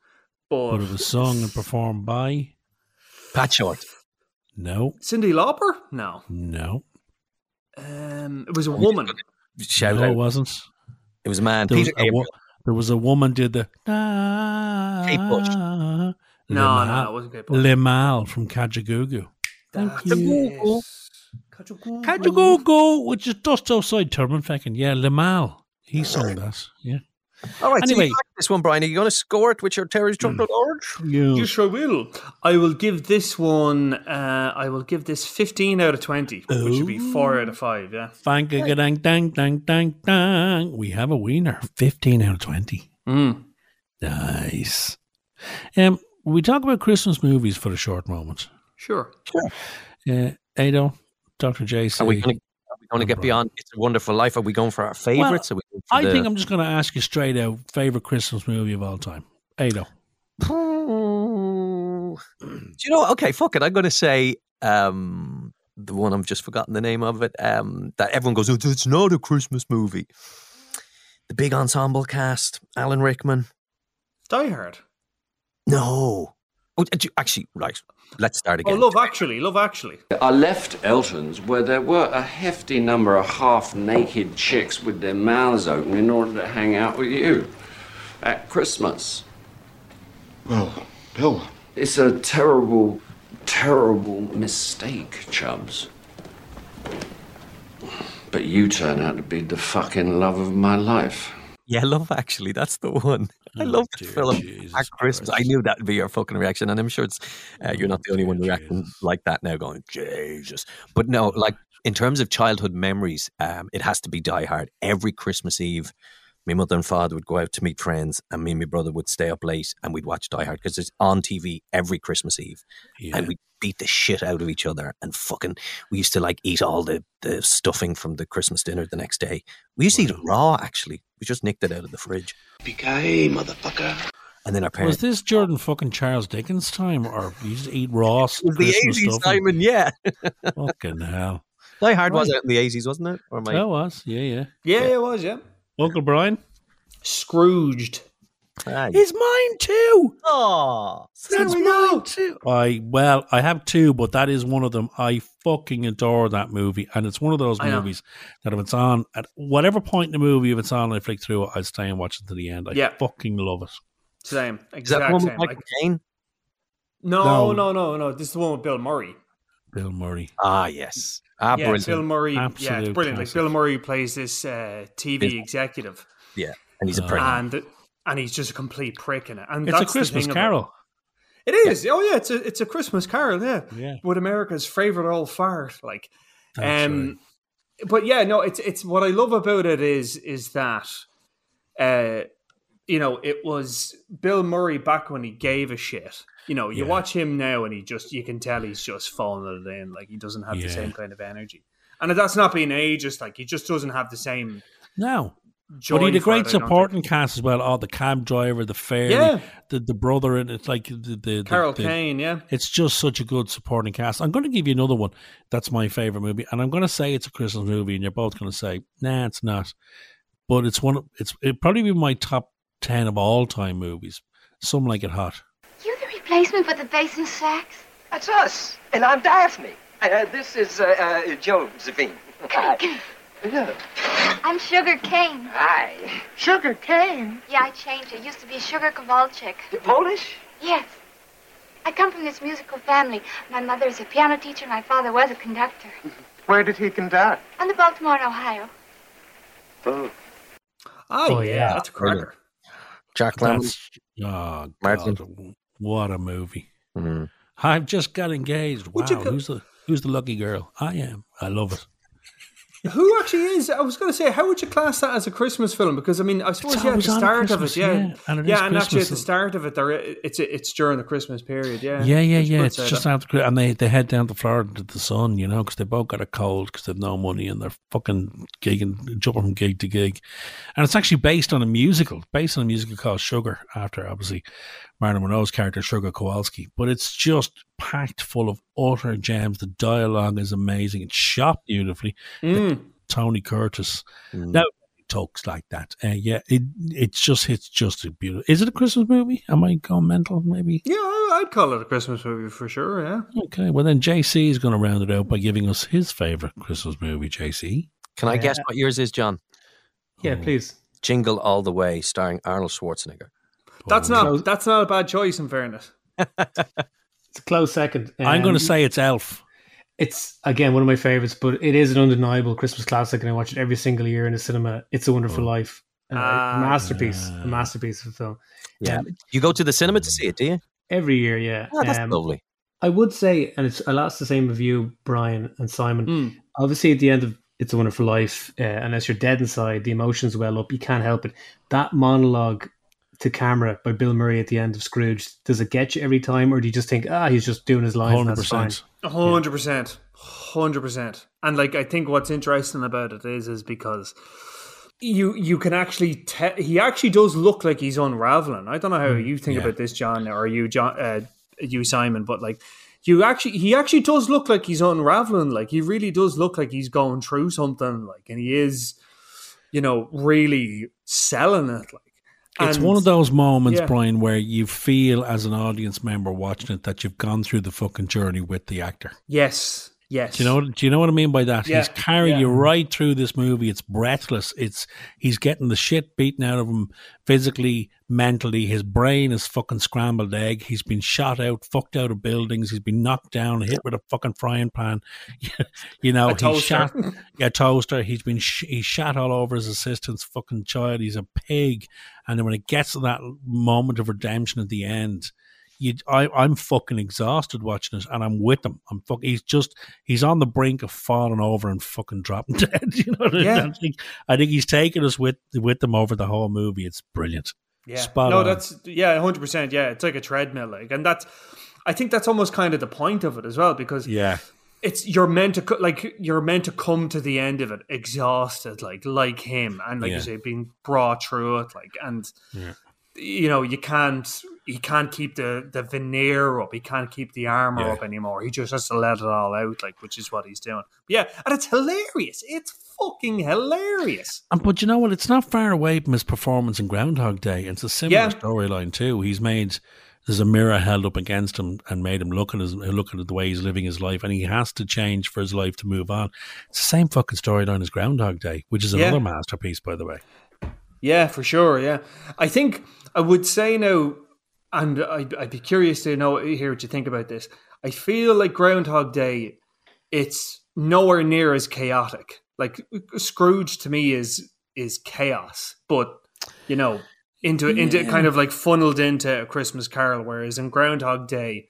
S11: but
S3: but it was sung and performed by
S2: Pat Short.
S3: No,
S11: Cindy Lauper? No,
S3: no,
S11: um, it was a woman.
S2: Shout
S3: no,
S2: out.
S3: it wasn't.
S2: It was a man.
S3: There was
S2: Peter
S3: a, wo-
S2: Gabriel.
S3: there was a woman did the
S11: Kate
S3: Bush.
S11: No,
S3: Le
S11: no,
S3: Mal-
S11: it wasn't Kate Bush.
S3: Le Mal from Kajagoogoo.
S11: Kajagoogoo.
S3: Kajagoogoo, which is just outside Turmanfeckin. Yeah, Le Mal. He sung that. Yeah.
S2: All right. Anyway, so
S3: Anyway.
S2: you like this one, Brian. Are you going to score it with your Terry's
S11: Hmm.
S2: Chocolate Orange?
S11: You sure will. I will give this one. Uh, I will give this fifteen out of twenty, which would be four out of five. Yeah.
S3: Bang, dang, dang, dang, dang, dang. We have a wiener. 15 out of 20.
S11: Mm,
S3: Nice. Um, we talk about Christmas movies for a short moment.
S11: Sure.
S3: Uh, Ado, Dr. JC.
S2: Are we going to get beyond It's a Wonderful Life? Are we going for our favorites? Are we going for
S3: I
S2: the-
S3: think I'm just going to ask you straight out favorite Christmas movie of all time. Ado.
S2: Do you know? what? Okay, fuck it. I'm going to say um, the one I've just forgotten the name of it. Um, that everyone goes, "Oh, it's not a Christmas movie. The big ensemble cast: Alan Rickman.
S11: Die Hard.
S2: No, oh, do- actually, right. Let's start
S11: Oh,
S2: again.
S11: Love Actually. Love Actually.
S18: I left Elton's where there were a hefty number of half naked chicks with their mouths open in order to hang out with you at Christmas. Well, Bill. It's a terrible, terrible mistake, Chubbs. But you turn out to be the fucking love of my life.
S2: yeah, Love Actually. That's the one. I love that film. At Christmas, I knew that would be your fucking reaction, and I'm sure it's uh, you're not the only one reacting like that now. Going Jesus, but no, like in terms of childhood memories, um, it has to be Die Hard. Every Christmas Eve, my mother and father would go out to meet friends, and me and my brother would stay up late and we'd watch Die Hard because it's on TV every Christmas Eve, and we beat the shit out of each other and fucking. We used to like eat all the the stuffing from the Christmas dinner the next day. We used to eat it raw actually. We just nicked it out of the fridge.
S14: Hey, motherfucker.
S2: And then our
S3: Was
S2: parents.
S3: this Jordan fucking Charles Dickens time, or you just eat Ross?
S2: It was the 80s, Simon, yeah.
S3: fucking hell.
S2: Die Hard was
S3: Right.
S2: out in the eighties, wasn't it? Or am I-
S3: That was, yeah, yeah.
S11: Yeah, it was. Yeah.
S3: Uncle Brian?
S11: Scrooged.
S2: Ah,
S3: It's mine too.
S2: Oh,
S11: that's mine
S3: too. I well, I have two, but that is one of them. I fucking adore that movie, and it's one of those
S11: I know.
S3: movies that if it's on at whatever point in the movie, if it's on, I flick through it. I stay and watch it to the end. I
S11: Yeah.
S3: fucking love it.
S11: Same.
S2: Is that the
S11: Exact
S2: one with
S11: same.
S2: Michael
S11: Like-
S2: Caine?
S11: no,
S3: No.
S11: no, no, no. This is the one with Bill Murray.
S3: Bill Murray.
S2: Ah, yes. Ah,
S11: yeah,
S2: brilliant.
S11: Bill Murray. yeah, it's
S3: Absolute
S11: brilliant. Like
S3: classic.
S11: Bill Murray plays this uh, TV executive,
S2: Yeah, and he's a prick.
S11: and and he's just a complete prick in it. And
S3: it's a
S11: that's the
S3: Christmas
S11: thing about-
S3: Carol.
S11: It is. Oh yeah, it's a it's a Christmas Carol. Yeah,
S3: Yeah.
S11: with America's favorite old fart. Like,
S3: That's
S11: um, but yeah, no, it's it's what I love about it is is that, uh, you know, it was Bill Murray back when he gave a shit. You know, you watch him now and he just you can tell he's just falling it in. Like he doesn't have the
S3: Yeah.
S11: same kind of energy, and that's not being ageist. Like he just doesn't have the same.
S3: No.
S11: Joy
S3: but he had a
S11: for
S3: great
S11: it, I don't
S3: supporting cast as well. Oh, the cab driver, the fairy,
S11: Yeah.
S3: the, the brother, and it's like the, the the-
S11: Carol
S3: the-
S11: Kane, yeah.
S3: It's just such a good supporting cast. I'm going to give you another one that's my favorite movie, and I'm going to say it's a Christmas movie, and you're both going to say, "Nah, it's not." but it's one. of- It's it probably be my top ten of all time movies. Some like it hot.
S16: You're the replacement for the bass and sax?
S17: That's us. And I'm Daphne. Uh, this is uh, uh, Josephine.
S16: Cake.
S17: Yeah.
S16: I'm Sugar Cane.
S17: Hi.
S16: Sugar Cane? Yeah, I changed. It used to be Sugar Kowalczyk.
S17: Polish?
S16: Yes. I come from this musical family. My mother is a piano teacher. My father was a conductor.
S17: Where did he conduct?
S16: On the Baltimore and Ohio.
S17: Oh,
S11: Oh, yeah, that's a cracker.
S2: Jack Lemmon.
S3: That's- Oh,
S2: Martin.
S3: God, what a movie!
S2: Mm.
S3: I've just got engaged. Wow,
S11: Would you go-
S3: who's the who's the lucky girl? I am. I love it.
S11: Who actually is? I was going to say, how would you class that as a Christmas film? Because I mean, I suppose
S3: It's
S11: yeah, at the
S3: always on
S11: start of
S3: Christmas,
S11: it, yeah,
S3: yeah, and it is
S11: yeah, and actually at
S3: Christmas.
S11: the start of it, there it's it's during the Christmas period, yeah,
S3: Yeah, yeah,
S11: I suppose
S3: yeah. It's
S11: so.
S3: just after, Chri- and they they head down to Florida to the sun, you know, because they both got a cold because they've no money and they're fucking gigging, jumping from gig to gig, and it's actually based on a musical, based on a musical called Sugar, after obviously Marilyn Monroe's character Sugar Kowalski, but it's just packed full of utter gems. The dialogue is amazing. It's shot beautifully. The-
S11: Mm.
S3: Tony Curtis.
S2: Mm.
S3: Now talks like that. Uh, yeah, it it just it's just a beautiful. Is it a Christmas movie? Am I going mental? Maybe.
S11: yeah, I- I'd call it a Christmas movie for sure. Yeah,
S3: Okay, well then JC is going to round it out by giving us his favorite Christmas movie. JC,
S2: Can I guess what yours is, John?
S4: Yeah,
S11: Oh.
S3: Oh,
S4: please.
S2: Jingle All the Way, starring Arnold Schwarzenegger.
S11: that's not that's not a bad choice in fairness.
S4: It's a close second.
S3: I'm going
S4: Um,
S3: to say it's Elf.
S4: It's again one of my favorites, but it is an undeniable Christmas classic, and I watch it every single year in the cinema. It's a Wonderful
S11: Oh.
S4: Life, uh,
S11: Ah.
S4: a masterpiece, a masterpiece of film.
S2: Yeah.
S4: Um,
S2: you go to the cinema to see it, do you?
S4: every year, yeah.
S11: Ah,
S2: Oh, that's
S4: Um,
S2: lovely.
S4: I would say, and it's I'll ask the same of you, Brian and Simon. Obviously, at the end of It's a Wonderful Life, uh, unless you're dead inside, the emotions well up, you can't help it. That monologue to camera by Bill Murray at the end of Scrooge, does it get you every time, or do you just think, ah, he's just doing his lines? and That's fine.
S3: 100%.
S11: hundred percent, hundred percent. And like, I think what's interesting about it is, is because you you can actually te- he actually does look like he's unraveling. I don't know how you think
S3: Hmm. yeah.
S11: about this, John, or you, John, uh, you Simon, but like. You actually, he actually does look like he's unraveling. Like he really does look like he's going through something. Like, and he is, you know, really selling it. Like,
S3: It's
S11: And-
S3: one of those moments,
S11: Yeah.
S3: Brian, where you feel as an audience member watching it that you've gone through the fucking journey with the actor.
S11: Yes, yes.
S3: Do you know? Do you know what I mean by that?
S11: Yeah,
S3: He's carrying you
S11: yeah.
S3: right through this movie. It's breathless. It's he's getting the shit beaten out of him physically, mentally. His brain is fucking scrambled egg. He's been shot out, fucked out of buildings. He's been knocked down, hit with a fucking frying pan. you know,
S11: A
S3: he's
S11: toaster.
S3: shot a toaster. He's been sh- he's shot all over his assistant's fucking child. He's a pig. And then when it gets to that moment of redemption at the end, you, I, I'm fucking exhausted watching it, and I'm with him. I'm fuck. He's just he's on the brink of falling over and fucking dropping dead. You know what I mean?
S11: Yeah.
S3: I think, I think he's taking us with with them over the whole movie. It's brilliant.
S11: Yeah.
S3: Spot
S11: no,
S3: on.
S11: that's yeah, hundred percent. Yeah, it's like a treadmill, like, and that's. I think that's almost kind of the point of it as well, because
S3: yeah.
S11: it's you're meant to co- like you're meant to come to the end of it exhausted, like like him, and like
S3: Yeah.
S11: you say, being brought through it, like, and
S3: Yeah.
S11: you know you can't he can't keep the the veneer up, he can't keep the armor
S3: Yeah.
S11: up anymore. He just has to let it all out, like, which is what he's doing. Yeah, and it's hilarious. It's fucking hilarious.
S3: And but you know what? It's not far away from his performance in Groundhog Day. It's a similar
S11: Yeah.
S3: storyline too. He's made there's a mirror held up against him and made him look at his look at the way he's living his life, and he has to change for his life to move on. It's the same fucking storyline as Groundhog Day, which is
S11: Yeah.
S3: another masterpiece, by the way.
S11: Yeah, for sure. Yeah, I think I would say now, and I'd, I'd be curious to know hear what you think about this. I feel like Groundhog Day, it's nowhere near as chaotic. Like Scrooge to me is is chaos, but you know, into into
S3: Yeah.
S11: kind of like funneled into a Christmas Carol. Whereas in Groundhog Day,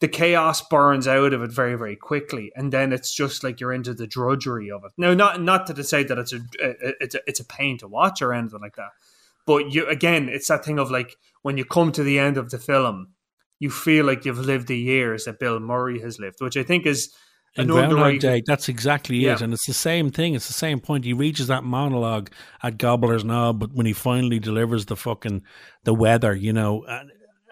S11: the chaos burns out of it very very quickly and then it's just like you're into the drudgery of it no not not to say that it's a it's a, it's a pain to watch or anything like that but you again it's that thing of like when you come to the end of the film you feel like you've lived the years that bill murray has lived which i think is
S3: In
S11: an
S3: Groundhog
S11: underrated
S3: Day, that's exactly
S11: Yeah.
S3: it, and it's the same thing. It's the same point. He reaches that monologue at Gobbler's Knob, but when he finally delivers the fucking the weather, you know, and,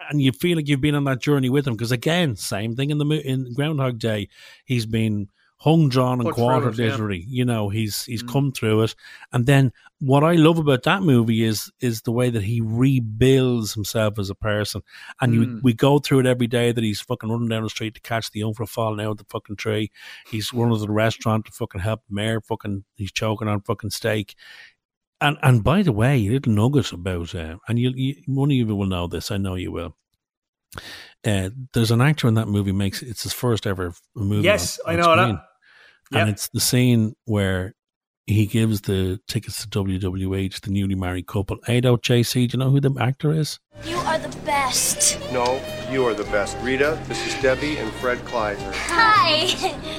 S3: and you feel like you've been on that journey with him. Because again, same thing in the mo- in Groundhog Day, he's been hung, drawn, and
S11: Put
S3: quartered.
S11: through it, yeah. Mm.
S3: Literally, you know, he's he's come through it. And then what I love about that movie is is the way that he rebuilds himself as a person. And you,
S11: Mm.
S3: we go through it every day that he's fucking running down the street to catch the young for falling out of the fucking tree. He's running to the restaurant to fucking help the mayor. Fucking, he's choking on fucking steak. And and by the way, little nugget about uh, and you, you one of you will know this. I know you will. Uh, there's an actor in that movie makes it's his first ever f- movie.
S11: Yes, I know that.
S3: And it's the scene where he gives the tickets to WWH, the newly married couple. Ado JC, do you know who the actor is?
S19: You are the best.
S20: No, you are the best. Rita, this is Debbie and Fred Kleiser.
S19: Hi.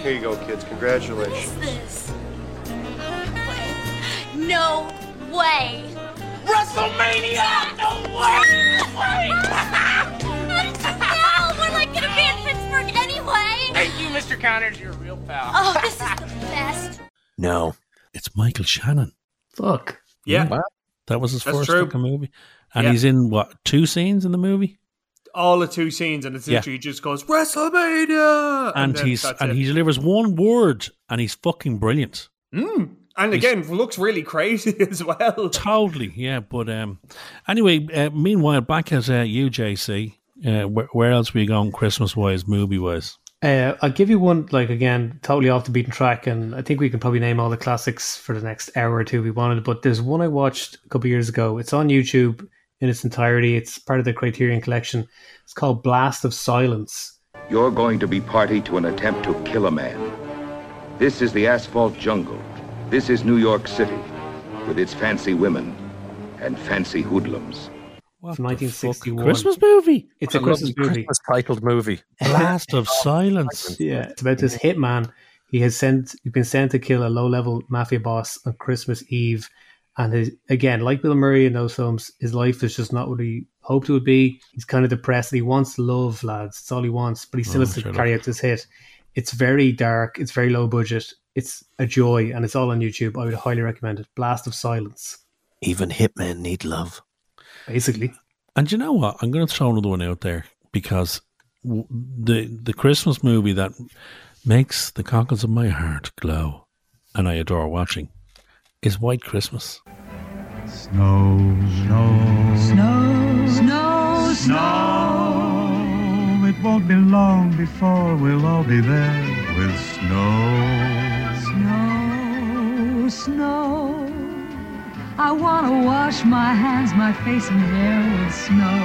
S20: Here you go, kids.
S19: What is
S20: Congratulations.
S19: this? No way.
S10: WrestleMania!
S19: No way. no, we're not gonna be in Pittsburgh anyway.
S10: Thank you, Mr. Connors. You're a real pal.
S19: Oh, this is the best.
S2: No.
S3: It's Michael Shannon.
S4: Fuck.
S11: Yeah.
S3: That was his
S11: That's
S3: first
S11: true.
S3: fucking movie. And
S11: Yeah.
S3: he's in what, two scenes in the movie?
S11: All the two scenes, and it's
S3: Yeah.
S11: literally just goes WrestleMania,
S3: And,
S11: then
S3: he's
S11: that's
S3: and
S11: it.
S3: he delivers one word and he's fucking brilliant.
S11: Mm. And
S3: He's-
S11: again, looks really crazy as well.
S3: Totally, yeah. But um, anyway, uh, meanwhile, back at uh, you, JC, uh, where, where else were you going Christmas wise, movie wise?
S4: Uh, I'll give you one, like, again, totally off the beaten track, and I think we can probably name all the classics for the next hour or two we wanted, but there's one I watched a couple years ago. It's on YouTube in its entirety, it's part of the Criterion collection. It's called Blast of Silence.
S21: You're going to be party to an attempt to kill a man. This is the asphalt jungle. This is New York City, with its fancy women and fancy hoodlums.
S4: it's 1961.
S3: Christmas movie?
S4: It's a
S2: I love
S4: Christmas
S2: the
S4: movie.
S2: Christmas titled movie.
S3: Blast of Silence.
S4: Yeah, it's about this hitman. He has sent. He's been sent to kill a low-level mafia boss on Christmas Eve, and his, again, like Bill Murray in those films, his life is just not what he hoped it would be. He's kind of depressed. He wants love, lads. It's all he wants, but he still
S3: Oh,
S4: has to
S3: shut up.
S4: carry out this hit. It's very dark. It's very low budget. It's a joy, and it's all on YouTube. I would highly recommend it. Blast of Silence,
S2: Even hitmen need love.
S4: basically.
S3: And you know what? I'm going to throw another one out there because w- the the Christmas movie that makes the cockles of my heart glow, and I adore watching, is White Christmas.
S22: Snow, snow, snow, snow, snow. It won't be long before we'll all be there with snow.
S23: Snow, snow. I want to wash my hands, my face, and hair with snow.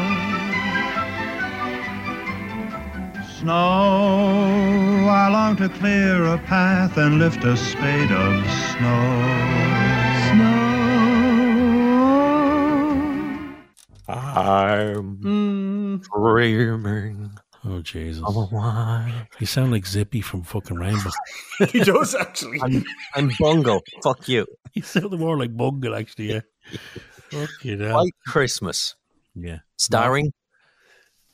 S22: Snow, I long to clear a path and lift a spade of snow.
S2: I'm dreaming.
S3: Oh Jesus!
S2: of a white-
S3: You sound like Zippy from fucking Rainbow.
S11: he does actually.
S2: I'm, I'm Bungle. Fuck you.
S3: You sound more like Bungle, actually. Yeah. Fucking hell.
S2: White Christmas.
S3: Yeah.
S2: Starring.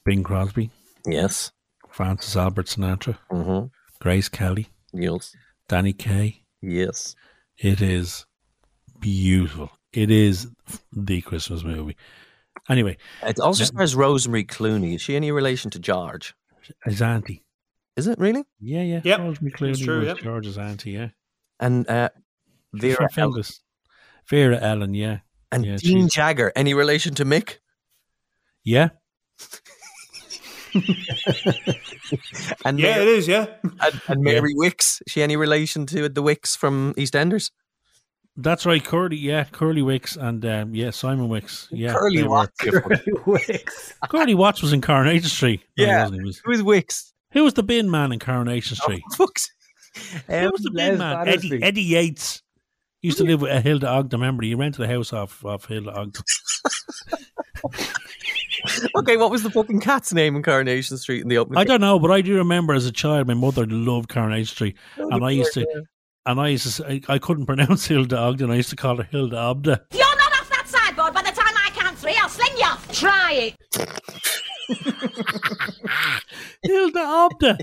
S3: Bing Crosby.
S2: Yes.
S3: Francis Albert Sinatra.
S2: Mhm.
S3: Grace Kelly.
S2: Yes.
S3: Danny Kaye.
S2: Yes.
S3: It is beautiful. It is the Christmas movie. Anyway,
S2: It also
S3: Yeah.
S2: stars Rosemary Clooney. Is she any relation to George?
S3: his auntie.
S2: Is it really?
S3: Yeah, yeah.
S11: Yep,
S3: George
S11: it's
S3: McClooney
S11: true,
S3: was
S11: yep.
S3: George's auntie, yeah.
S2: And uh,
S3: She's
S2: Vera
S3: from
S2: Ellen.
S3: Elvis. Vera Ellen, yeah.
S2: And
S3: yeah,
S2: Dean
S3: she's-
S2: Jagger. Any relation to Mick?
S3: yeah.
S2: And
S11: Yeah, it is. Yeah,
S2: And, and Mary Wicks. Is she any relation to the Wicks from EastEnders?
S3: That's right, Curly, yeah, Curly Wicks and um, yeah, Simon Wicks. Yeah.
S2: Curly
S3: they were-
S2: Watts.
S4: Wicks.
S3: Curly Watts was in Coronation Street. No, he
S2: Yeah.
S3: wasn't, he was-
S2: Who is Wicks?
S3: Who was the bin man in Coronation Street?
S2: Fuck's Oh, Um,
S3: Who was the bin man? Eddie, Eddie Yates. He used to live with uh, Hilda Ogden. Remember, he rented a house off off Hilda Ogden.
S2: Okay, what was the fucking cat's name in Coronation Street in the opening?
S3: I don't know, but I do remember as a child, my mother loved Coronation Street,
S2: Oh,
S3: and
S2: the
S3: I used
S2: poor
S3: to,
S2: girl.
S3: and I used to, say, I couldn't pronounce Hilda Ogden. I used to call her Hilda Obda.
S7: You're not off that sideboard by the time I count three. I'll sling you. Try it.
S3: Hilda Obda.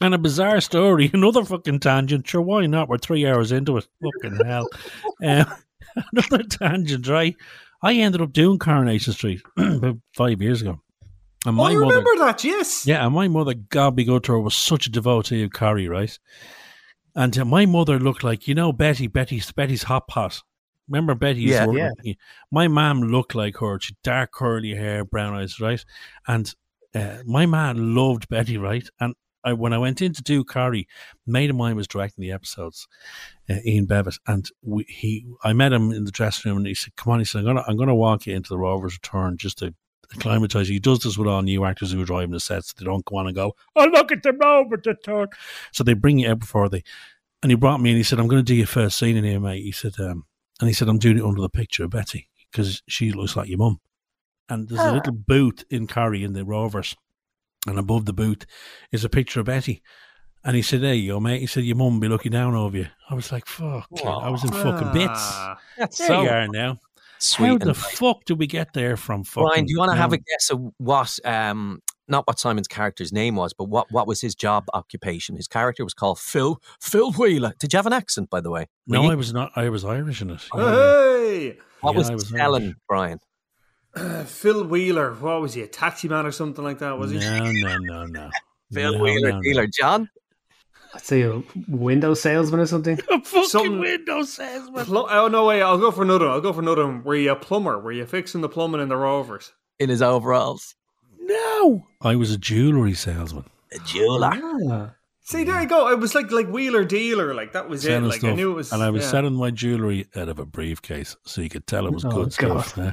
S3: And a bizarre story, another fucking tangent. Sure, why not? We're three hours into it. Fucking hell. Um, another tangent, right? I ended up doing Coronation Street about five years ago. And
S11: I
S3: my mother,
S11: remember Oh, that. Yes,
S3: yeah, and my mother, God be good to her, was such a devotee of Carrie, right? And uh, my mother looked like you know Betty, Betty's Betty's hot pot. Remember Betty? used to
S1: Yeah.
S3: work
S1: Yeah.
S3: with me? My mom looked like her. She dark curly hair, brown eyes, right? And uh, my man loved Betty, right? And I, when I went in to do Carrie, mate of mine was directing the episodes, uh, Ian Bevis, and we, he, I met him in the dressing room, and he said, "Come on," he said, "I'm gonna, I'm gonna walk you into the Rovers' return just to acclimatize you." He does this with all new actors who are driving the sets; they don't go on and go, "Oh, look at the Rovers' return." So they bring you out before they, and he brought me and he said, I'm going to do your first scene in here, mate. He said, um, and he said, I'm doing it under the picture of Betty because she looks like your mum. And there's a
S6: Ah.
S3: little boot in Carrie in the Rovers, and above the boot is a picture of Betty. And he said, There you go, mate. He said, Your mum will be looking down over you. I was like, Fuck. like, I was in fucking
S2: Ah.
S3: bits.
S2: That's
S3: there
S2: so
S3: you are now.
S2: sweet
S3: How
S2: and
S3: the fuck did we get there from fucking.
S2: Brian, do you want to have a
S3: down-
S2: guess of what, um, not what Simon's character's name was, but what, what was his job occupation? His character was called Phil Phil Wheeler. Did you have an accent, by the way? Were
S3: No,
S2: you-
S3: I was not. I was Irish in it.
S11: Hey! Uh,
S2: What
S3: Oh, Yeah,
S2: was,
S3: I
S2: was
S3: was
S2: Helen, Brian?
S11: Phil Wheeler, what was he, a taxi man or something like that? Was he?
S3: No, no, no, no.
S2: Phil Wheeler dealer, John.
S4: I'd say a window salesman or something.
S3: A fucking
S11: window
S3: salesman.
S11: Pl- oh no way! I'll go for another. one. I'll go for another. one. Were you a plumber? Were you fixing the plumbing in the Rovers?
S2: In his overalls.
S3: No. I was a jewellery salesman.
S2: A jeweler.
S4: Ah.
S11: See, there you go. It was like like Wheeler Dealer. Like that was it.
S3: selling
S11: Like
S3: stuff,
S11: I knew it was.
S3: and I was
S11: yeah.
S3: selling my jewelry out of a briefcase, so you could tell it was
S11: Oh,
S3: good
S11: God.
S3: stuff. yeah.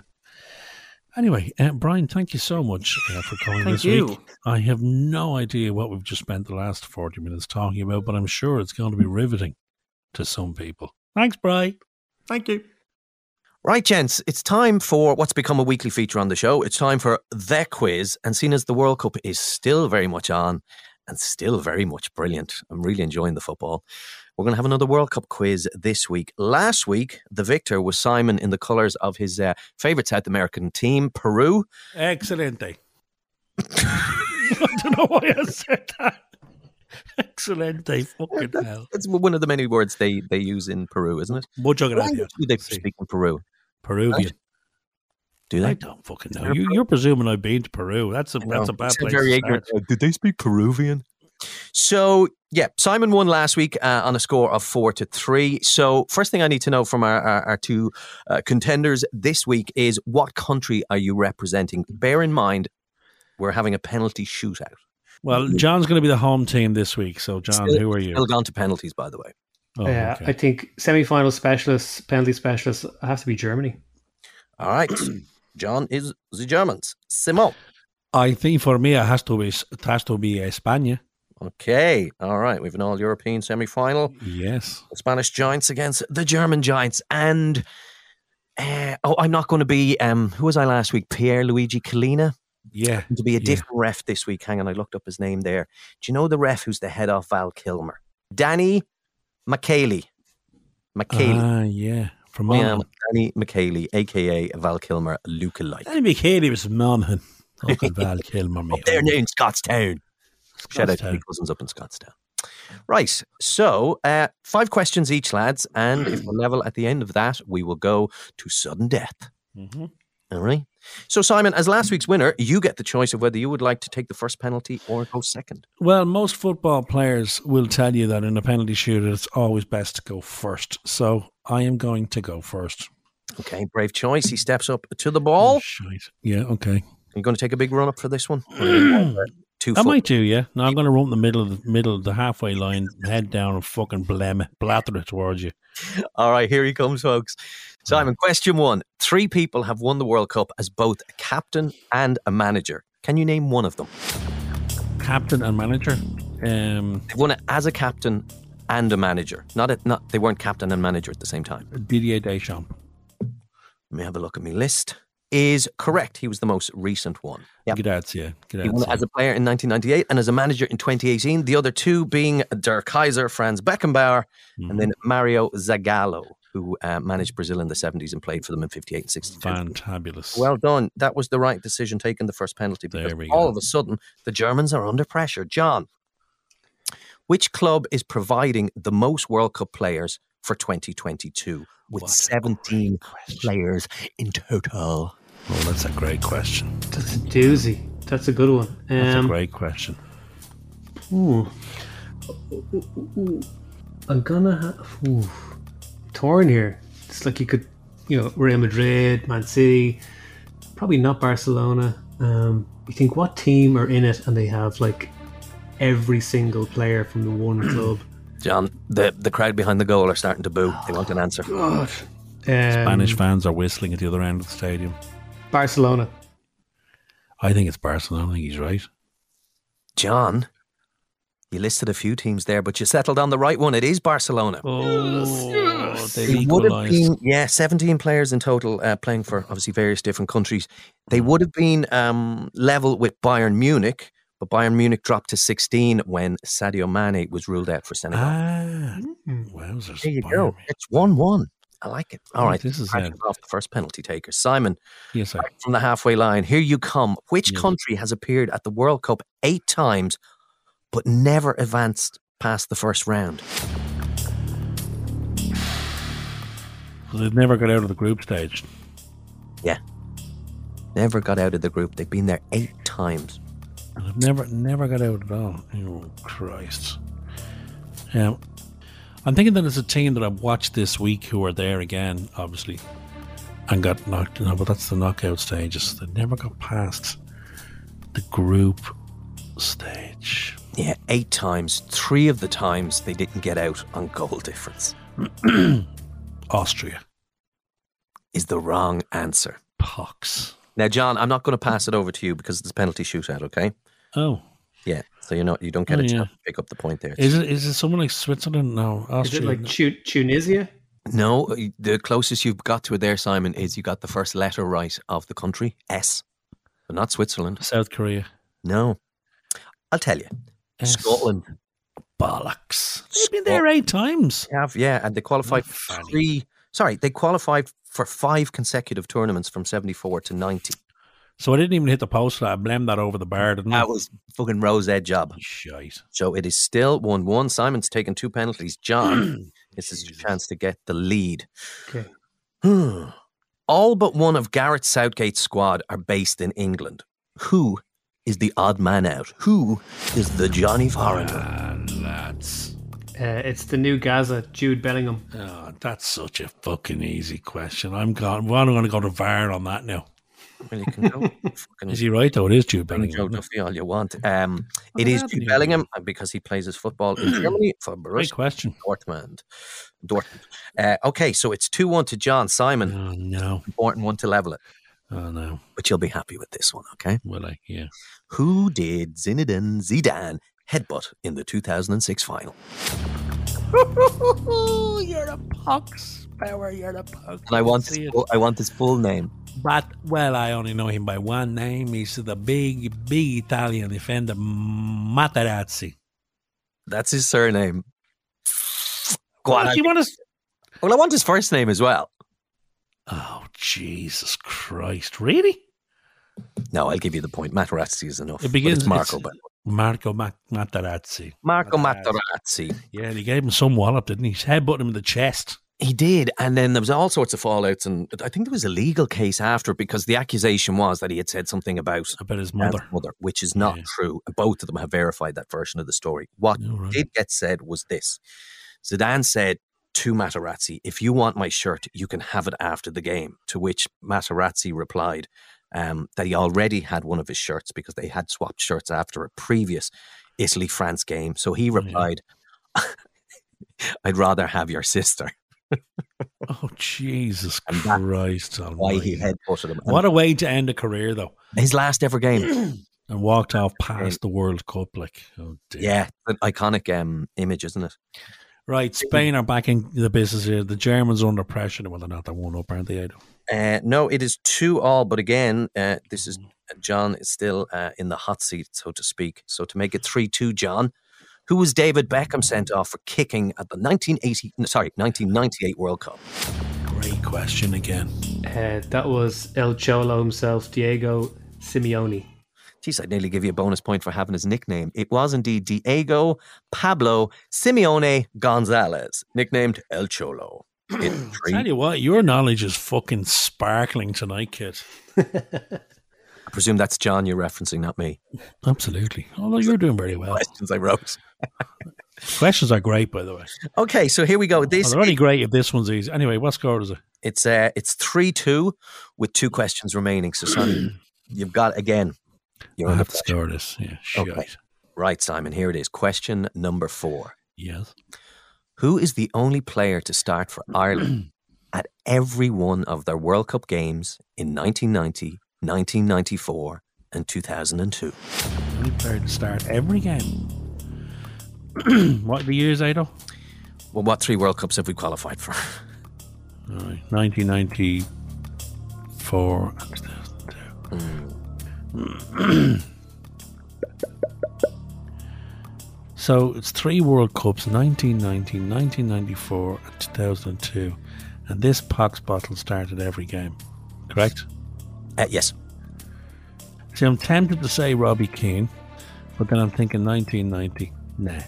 S3: Anyway, uh, Brian, thank you so much uh, for calling
S11: Thank
S3: this week.
S11: you.
S3: I have no idea what we've just spent the last forty minutes talking about, but I'm sure it's going to be riveting to some people. Thanks, Brian.
S11: Thank you.
S2: Right, gents, it's time for what's become a weekly feature on the show. It's time for the quiz. And seeing as the World Cup is still very much on and still very much brilliant, I'm really enjoying the football. We're going to have another World Cup quiz this week. Last week, the victor was Simon in the colours of his uh, favourite South American team, Peru.
S3: Excelente. I don't know why I said that. Excelente, fucking hell.
S2: That's one of the many words they, they use in Peru, isn't it?
S3: Mucho
S2: Language do they speak in Peru?
S3: Peruvian.
S2: Do they?
S3: I don't fucking know. You, you're presuming I've been to Peru. That's a
S2: I know.
S3: that's a bad
S2: It's
S3: place.
S2: very
S3: to
S2: ignorant.
S3: start.
S2: Did they speak Peruvian? So yeah, Simon won last week uh, on a score of four to three. So first thing I need to know from our our, our two uh, contenders this week is what country are you representing? Bear in mind, we're having a penalty shootout.
S3: Well, John's going to be the home team this week. So, John,
S2: Still-
S3: who are you?
S2: Still gone to penalties, by the way.
S3: Oh,
S4: yeah,
S3: okay.
S4: I think semi-final specialists, penalty specialists has to be Germany.
S2: All right, John is the Germans. Simon.
S3: I think for me, it has to be it has to be España.
S2: Okay. All right. We have an all European semi final.
S3: Yes.
S2: The Spanish Giants against the German Giants. And, uh, oh, I'm not going to be, um, who was I last week? Pierre Luigi Colina?
S3: Yeah.
S2: To be a different ref this week. Hang on. I looked up his name there. Do you know the ref who's the head of Val Kilmer? Danny McKaylee. McKaylee.
S3: Ah, yeah. From
S2: I am
S3: Monaghan.
S2: Danny McKaylee, aka Val Kilmer lookalike.
S3: Danny McHale, was from Monaghan. Uncle Val Kilmer, mate.
S2: Oh, They're now in Scottstown. Shout out to
S3: Scottstown.
S2: my cousins up in Scottstown. Right. So, uh, five questions each, lads. And if we level at the end of that, we will go to sudden death.
S3: Mm-hmm.
S2: All right. So, Simon, as last week's winner, you get the choice of whether you would like to take the first penalty or go second.
S3: Well, most football players will tell you that in a penalty shootout, it's always best to go first. So, I am going to go first.
S2: Okay. Brave choice. He steps up to the ball.
S3: Yeah. Okay.
S2: You're going to take a big run up for this one. Two
S3: I
S2: foot.
S3: might do, yeah. No, I'm going to run the middle of the middle of the halfway line, head down, and fucking blem blather it towards you.
S2: All right, here he comes, folks. Simon, question one. Three people have won the World Cup as both a captain and a manager. Can you name one of them?
S3: Captain and manager. Um,
S2: They've won it as a captain and a manager. Not at not they weren't captain and manager at the same time.
S3: Didier Deschamps.
S2: Let me have a look at my list. Is correct. He was the most recent one. Yeah.
S3: Grazie.
S2: He won it
S3: Grazie.
S2: as a player in 1998 and as a manager in 2018. The other two being Der Kaiser, Franz Beckenbauer, and then Mario Zagallo, who uh, managed Brazil in the 70s and played for them in 58 and 62.
S3: Fantabulous.
S2: Well done. That was the right decision taking the first penalty because
S3: we
S2: all of a sudden the Germans are under pressure. John, which club is providing the most World Cup players for 2022 with 17 players in total?
S3: Well, Oh, that's a great question.
S4: That's a doozy. That's a good one. Um,
S2: um,
S3: That's a great question.
S4: Ooh. I'm gonna have ooh, torn here. It's like you could, you know, Real Madrid, Man City, probably not Barcelona. Um, you think what team are in it and they have like every single player from the one club.
S2: John, the, the crowd behind the goal are starting to boo. They want an answer.
S4: God.
S3: Spanish
S4: Um,
S3: fans are whistling at the other end of the stadium.
S4: Barcelona.
S3: I think it's Barcelona. I think he's right.
S2: John, you listed a few teams there, but you settled on the right one. It is Barcelona.
S3: Oh, they've
S2: They would have
S3: equalised.
S2: been, yeah, 17 players in total uh, playing for obviously various different countries. They would have been um, level with Bayern Munich, but Bayern Munich dropped to 16 when Sadio Mane was ruled out for Senegal.
S3: Ah, wowzers.
S2: there you go. It's 1 1. I like it. All
S3: Oh,
S2: right.
S3: this is,
S2: Patrick off the first penalty taker. Simon,
S3: Yes, sir.
S2: back from the halfway line, here you come. Which country has appeared at the World Cup eight times but never advanced past the first round?
S3: They've never got out of the group stage.
S2: Yeah. Never got out of the group. They've been there eight times.
S3: And I've never, never got out at all. Oh Christ! Um, I'm thinking that it's a team that I've watched this week who are there again, obviously, and got knocked. No, but that's the knockout stages. They never got past the group stage.
S2: Yeah, eight times. Three of the times they didn't get out on goal difference.
S3: Austria
S2: is the wrong answer.
S3: Pox.
S2: Now, John, I'm not going to pass it over to you because it's a penalty shootout. Okay.
S3: Oh,
S2: Yeah. So you're not. You don't get
S3: Oh,
S2: a
S3: yeah.
S2: chance to pick up the point there.
S3: is it is it someone like Switzerland? No,
S4: Is it
S3: Austria.
S4: like Tu- Tunisia?
S2: No, the closest you've got to it there, Simon, is you got the first letter right of the country S, but not Switzerland.
S3: South Korea.
S2: No, I'll tell you,
S3: S.
S2: Scotland.
S3: Bollocks. They've been there eight times.
S2: Have yeah, and they qualified for three. Sorry, they qualified for five consecutive tournaments from '74 to '90.
S3: So I didn't even hit the post. I blamed that over the bar. Didn't I? Oh,
S2: That was fucking Rose Ed job.
S3: Shite.
S2: So it is still 1 1. Simon's taken two penalties. John, this is your chance to get the lead.
S4: Okay.
S2: All but one of Garrett Southgate's squad are based in England. Who is the odd man out? Who is the Johnny
S3: Ah.
S2: Foreigner?
S3: lads.
S4: Uh, it's the new Gaza, Jude Bellingham.
S3: Oh, that's such a fucking easy question. I'm gone. Well, I'm going to go to VAR on that now.
S2: Well, you can go. fucking-
S3: Is he right though? It is Jude
S2: Bring Joe
S3: Bellingham.
S2: Duffy all you want. Um, it is Jude Bellingham and because he plays his football in Germany for Borussia
S3: question.
S2: Dortmund. Dortmund. Uh, okay, so it's 2 1 to John. Simon,
S3: oh, no.
S2: important one to level it.
S3: Oh, no.
S2: But you'll be happy with this one, okay?
S3: Will I? Yeah.
S2: Who did Zinedine Zidane headbutt in the 2006 final?
S3: you're a pox, Power. You're a pox.
S2: And I want his full, I want his full name.
S3: But, well, I only know him by one name. He's the big, big Italian defender, Materazzi.
S2: That's his surname. Go on.
S3: What, you want to...
S2: Well, I want his first name as well.
S3: Oh, Jesus Christ. Really?
S2: No, I'll give you the point. Materazzi is enough.
S3: It begins
S2: but it's Marco,
S3: it's
S2: but
S3: Marco Mac- Materazzi.
S2: Marco Materazzi.
S3: Yeah, and he gave him some wallop, didn't he? He's headbutted him in the chest.
S2: He did, and then there was all sorts of fallouts, and I think there was a legal case after because the accusation was that he had said something about
S3: about his mother.
S2: which is not true. Both of them have verified that version of the story. What did get said was this: Zidane said to Materazzi, "If you want my shirt, you can have it after the game." To which Materazzi replied um, that he already had one of his shirts because they had swapped shirts after a previous Italy France game. So he replied, "I'd rather have your sister."
S3: Oh, Jesus Christ.
S2: why he headbutted him.
S3: Oh What a way to end a career, though.
S2: His last ever game.
S3: and walked off past the World Cup. Like, oh, dear.
S2: yeah, an iconic um, image, isn't it?
S3: Right, Spain are back in the business here. The Germans are under pressure. Well, they're not. They're one up, aren't they? Edo?
S2: Uh, no, it is two all, but again, uh, this is John is still uh, in the hot seat, so to speak. So to make it three two, John, who was David Beckham sent off for kicking at the nineteen eighty, sorry, nineteen ninety eight World Cup?
S3: Great question again.
S4: Uh, that was El Cholo himself, Diego Simeone.
S2: Jeez, I'd nearly give you a bonus point for having his nickname. It was indeed Diego Pablo Simeone Gonzalez, nicknamed El Cholo. In three
S3: Tell you what, your knowledge is fucking sparkling tonight, kid.
S2: I presume that's John you're referencing, not me.
S3: Absolutely. Although you're doing very well.
S2: Questions I wrote.
S3: Questions are great, by the way.
S2: Okay, so here we go.
S3: Oh,
S2: This
S3: they're only great if this one's easy. Anyway, what score is it?
S2: It's uh, it's three two with
S3: Mm.
S2: two questions remaining. So Simon, you've got again. You're
S3: I
S2: under
S3: have to
S2: pressure.
S3: score this. Yeah, shit.
S2: Okay. Right, Simon. Here it is. Question number four.
S3: Yes.
S2: Who is the only player to start for Ireland at every one of their World Cup games in 1990, 1994, and 2002?
S3: Only player to start every game. what are the years, Ado?
S2: Well, what three World Cups have we qualified for?
S3: All right, 1994. so it's three World Cups 1990, 1994, and 2002. And this Pox bottle started every game, correct?
S2: Uh, yes.
S3: See, I'm tempted to say Robbie Keane, but then I'm thinking 1990. Nah.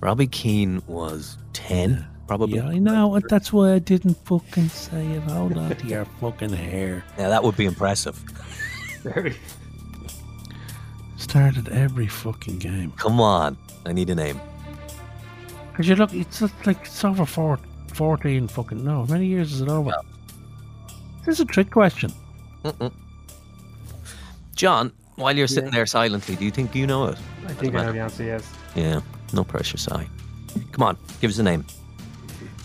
S2: Robbie Keane was 10, probably.
S3: Yeah, I know. and That's why I didn't fucking say it. Hold on to your fucking hair.
S2: Yeah, that would be impressive.
S4: Very.
S3: Started every fucking game.
S2: Come on. I need a name.
S3: Because you look, it's just like it's over four, 14 fucking. No, how many years is it over? This is a trick question.
S2: Mm-mm. John, while you're sitting there silently, do you think you know it?
S4: I think I know the answer. Yes.
S2: Yeah, no pressure, Si. Come on, give us a name.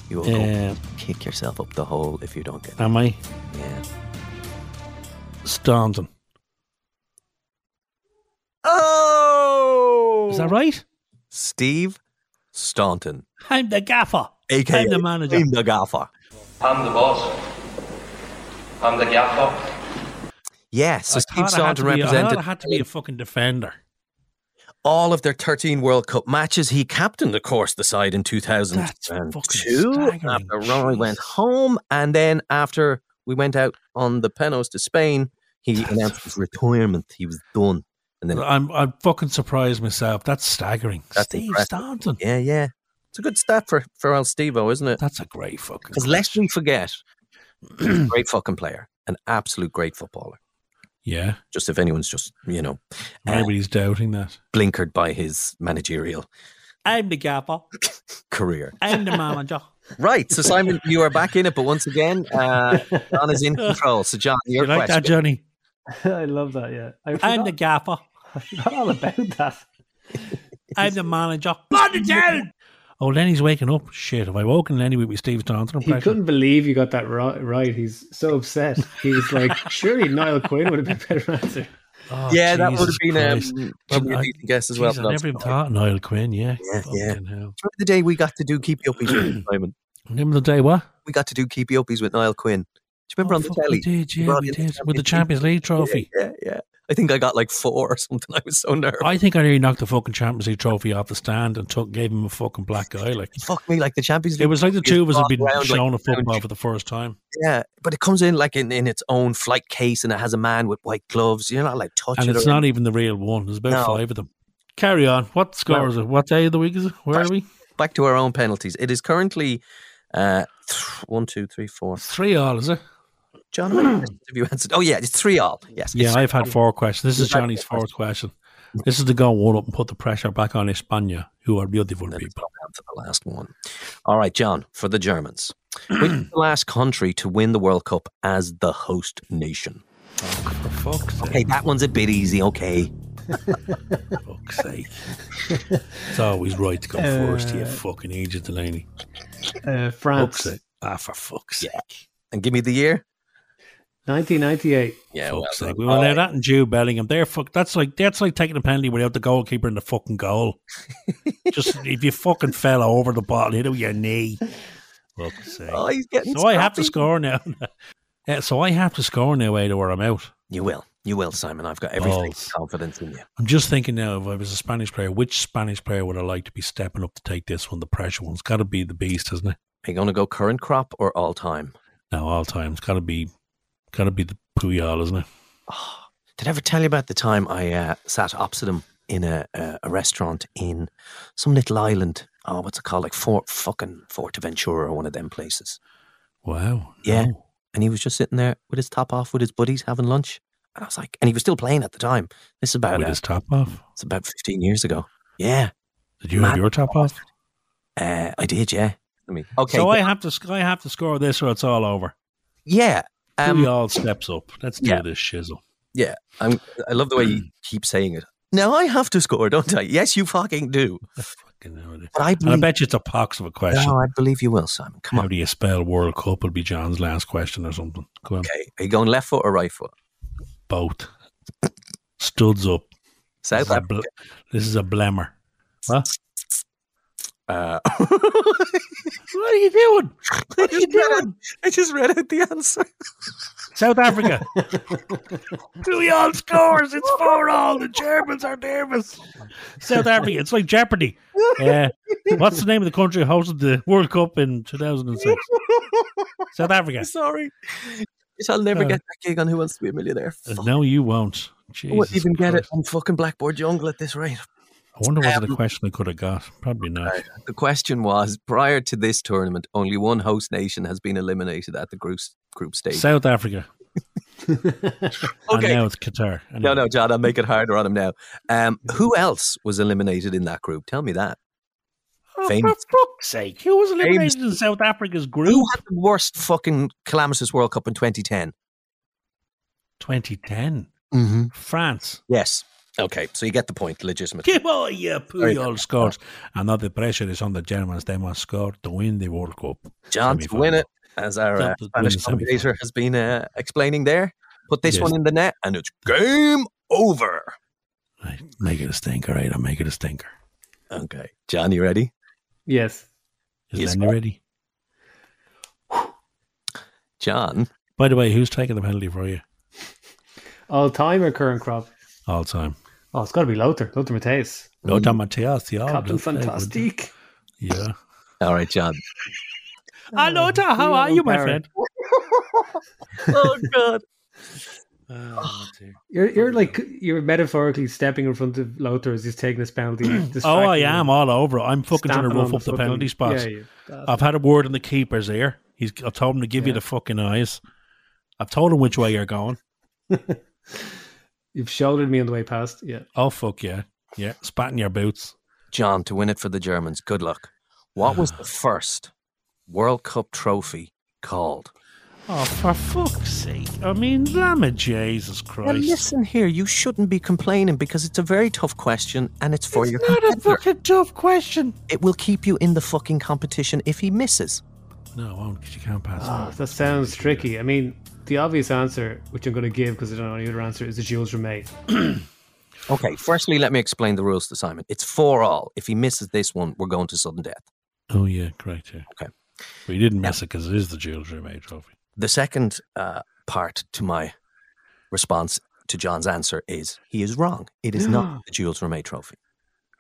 S2: You will
S3: Uh,
S2: go kick yourself up the hole if you don't get it.
S3: Am I?
S2: Yeah.
S3: Staunton.
S2: Oh!
S3: Is that right?
S2: Steve Staunton,
S3: I'm the gaffer.
S2: aka
S3: I'm the manager.
S2: Team the Gaffer.
S14: I'm the boss. I'm the gaffer.
S2: Yes, so
S3: I
S2: Steve
S3: thought it had
S2: Staunton
S3: to be- I thought it
S2: represented
S3: had to be a fucking defender.
S2: all of their 13 World Cup matches. He captained, of course, the side in 2002
S3: staggering.
S2: after Roy went home. And then after we went out on the penos to Spain, he announced his retirement. He was done. And then
S3: I'm I'm fucking surprised myself. That's staggering.
S2: That's
S3: Steve
S2: impressive.
S3: Staunton.
S2: Yeah, yeah. It's a good stat for, for old Stevo, isn't it?
S3: That's a great fucking.
S2: Because lest we forget, he was a great fucking player, an absolute great footballer.
S3: Yeah.
S2: Just if anyone's just, you know, uh,
S3: Nobody's doubting that.
S2: blinkered by his managerial
S3: I'm the gaffer.
S2: career.
S3: I'm the manager.
S2: Right. So, Simon, you are back in it, but once again, uh, John is in control. So, John, your
S3: You like
S2: question.
S3: that, Johnny?
S4: I love that. Yeah. I
S3: I'm
S4: forgot,
S3: the gaffer.
S4: I forgot all about that.
S3: I'm the manager. Manager. Oh, Lenny's waking up. Shit, have I woken Lenny with me Steve Staunton
S4: He
S3: impression?
S4: couldn't believe you got that ri- right. He's so upset. He was like, surely Niall Quinn would have been a better answer.
S3: Oh,
S2: yeah, that
S3: Jesus
S2: would have
S3: Christ.
S2: been um, probably a
S3: I-
S2: decent guess as well.
S3: Jeez,
S2: but
S3: I
S2: that's
S3: never even
S2: fine.
S3: thought Niall Quinn, yeah.
S2: Yeah, yeah.
S3: Fucking hell.
S2: Remember the day we got to do keepy uppies with Simon?
S3: Remember the day what?
S2: We got to do keepy uppies with Niall Quinn. Do you remember
S3: Oh,
S2: on the
S3: fuck,
S2: telly?
S3: we did,
S2: You
S3: yeah,
S2: brought
S3: we
S2: in
S3: did. With the Champions League trophy.
S2: Yeah, yeah, yeah. I think I got like four or something. I was so nervous.
S3: I think I nearly knocked the fucking Champions League trophy off the stand and took, gave him a fucking black eye. Like
S2: Fuck me, like the Champions League.
S3: It was like the two of us had
S2: brought
S3: been
S2: round, like,
S3: shown a
S2: round
S3: football for the first time.
S2: Yeah, but it comes in like in, in its own flight case and it has a man with white gloves. You're not like touching
S3: And
S2: it.
S3: it's
S2: or
S3: not even the real one. There's about
S2: No.
S3: five of them. Carry on. What score
S2: Well-
S3: is it? What day of the week is it? Where are we?
S2: back to our own penalties. It is currently uh, th- one, two, three, four.
S3: Three all, is it?
S2: John, have you answered? Oh yeah, it's three all. Yes.
S3: Hmm. Yeah,
S2: it's-
S3: I've had four questions. This is
S2: You've had
S3: Johnny's
S2: four
S3: fourth question. This is to go one up and put the pressure back on España, who are beautiful people.
S2: down to the last one. All right, John, for the Germans, which is the last country to win the World Cup as the host nation?
S3: For fuck's sake.
S2: Okay, that one's a bit easy. Okay,
S3: fuck's sake. it's always right to go first, you fucking Egypt Delaney.
S4: Uh,
S3: Fuck's
S4: France,
S3: sake. Ah, for fuck's sake.
S2: and give me the year.
S4: 1998.
S2: Yeah, well
S3: Fuck's
S2: done.
S3: sake. We went
S2: All
S3: out that and Jude Bellingham. They're fuck. That's like that's like taking a penalty without the goalkeeper in the fucking goal. Just if you fucking fell over the ball, hit it with your knee. Fuck's sake.
S2: Oh, he's getting.
S3: so I have to
S2: scrappy.
S3: score now. yeah, so I have to score now, Ada, or I'm out.
S2: You will. You will, Simon. I've got everything
S3: Balls.
S2: confidence in you.
S3: I'm just thinking now, if I was a Spanish player, which Spanish player would I like to be stepping up to take this one, the pressure one? It's got to be the beast, isn't it?
S2: Are you going to go current crop or all time?
S3: Now, all time, it's got to be, got to be the Puyol, isn't it?
S2: Did I ever tell you about the time I uh, sat opposite him in a, a, a restaurant in some little island? Oh, what's it called? Like Fort fucking Forteventura or one of them places.
S3: Wow.
S2: Yeah.
S3: no.
S2: And he was just sitting there with his top off with his buddies having lunch. And I was like, and he was still playing at the time. This is about
S3: With
S2: uh,
S3: his top off.
S2: it's about 15 years ago. Yeah.
S3: Did you have
S2: Mad
S3: your top off?
S2: Uh, I did, yeah. I mean, okay.
S3: So I
S2: th-
S3: have to sc- I have to score this or it's all over.
S2: Yeah.
S3: we all steps up. Let's do
S2: Um, yeah.
S3: this shizzle.
S2: yeah. I'm, I love the way you keep saying it. Now I have to score, don't I? Yes, you fucking do. But I
S3: And I
S2: believe,
S3: bet you it's a pox of a question.
S2: No, I believe you will, Simon. Oh, Come
S3: How do you spell World Cup? Will be John's last question or something. Come on.
S2: Okay. Are you going left foot or right foot?
S3: Both. Studs up.
S2: South
S3: this, is a bl- this is a blemmer. What?
S2: Uh,
S3: what are you doing? What are you doing?
S2: I just read out the answer.
S3: South Africa.
S19: Two all scores. It's four all. The
S3: Germans are nervous. South Africa. It's like Jeopardy. Uh, what's the name of the country that hosted the World Cup in 2006? South Africa.
S2: Sorry. I'll never
S3: Uh,
S2: get that gig on Who Wants to Be a Millionaire.
S3: No, you won't.
S2: I won't
S3: Jesus.
S2: even get it on fucking Blackboard Jungle at this rate.
S3: I wonder was it
S2: Um,
S3: a question I could have got. Probably not.
S2: The question was prior to this tournament, only one host nation has been eliminated at the group, group stage.
S3: South Africa. And
S2: Okay.
S3: now it's Qatar.
S2: no, no, John, I'll make it harder on him now. Um, who else was eliminated in that group? Tell me that.
S3: Oh,
S2: Famous.
S3: For fuck's sake, who was eliminated
S2: Famous.
S3: in South Africa's group?
S2: Who had the worst fucking calamitous World Cup in 2010?
S3: 2010.
S2: Mm-hmm.
S3: France.
S2: Yes. Okay, so you get the point, legitimate.
S3: Come on, you
S2: Very
S3: Puyol scores. And now the pressure is on the Germans. They must score to win the World Cup.
S2: John to win it, as our uh,
S3: John to win
S2: Spanish
S3: the semi-final.
S2: commentator has been uh, explaining there. Put this
S3: Yes.
S2: one in the net, and it's game over.
S3: Make it a stinker, right? I'll make it a stinker.
S2: Okay, John, you ready?
S4: Yes.
S3: Is
S2: Yes,
S3: Lenny
S2: sir.
S3: ready?
S2: John.
S3: By the way, who's taking the penalty for you
S4: All time or current crop?
S3: all time?
S4: Oh, it's got to be Lothar. Lothar Matthäus.
S3: No, Don Mateos, the
S4: Mm. Captain
S3: old-
S4: Fantastic.
S3: Yeah.
S2: All right, John.
S3: Hello, Tom. How are you, my friend?
S2: oh God.
S4: Oh, You're you're like you're metaphorically stepping in front of Lothar as he's taking his penalty.
S3: Oh, I
S4: distracting him.
S3: am all over. it. I'm fucking trying to
S4: Stamping on
S3: rough
S4: the
S3: up the
S4: fucking-
S3: penalty spots.
S4: Yeah, you bastard.
S3: I've had a word in the keeper's ear. He's. I've told him to give you the fucking eyes. I've told him which way you're going.
S4: You've shouldered me on the way past. Yeah.
S3: Oh fuck yeah, yeah. Spat in your boots.
S2: John, to win it for the Germans. Good luck. What was the first World Cup trophy called?
S3: Oh, for fuck's sake! I mean, lamb of Jesus
S2: Now
S3: Christ!
S2: listen here, you shouldn't be complaining because it's a very tough question and it's for your
S3: not a
S2: competitor.
S3: fucking tough question.
S2: It will keep you in the fucking competition if he misses.
S3: No, I won't because you can't pass.
S4: Ah, that sounds tricky. I mean, the obvious answer, which I'm going to give because I don't know any other answer, is the Jules Rimet.
S2: Okay, firstly, let me explain the rules to Simon. It's for all. If he misses this one, we're going to sudden death.
S3: Oh yeah, correct. Yeah.
S2: Okay.
S3: But you didn't miss it because it is the Jules Rimet Trophy.
S2: The second uh, part to my response to John's answer is he is wrong. It is not the Jules Rimet Trophy.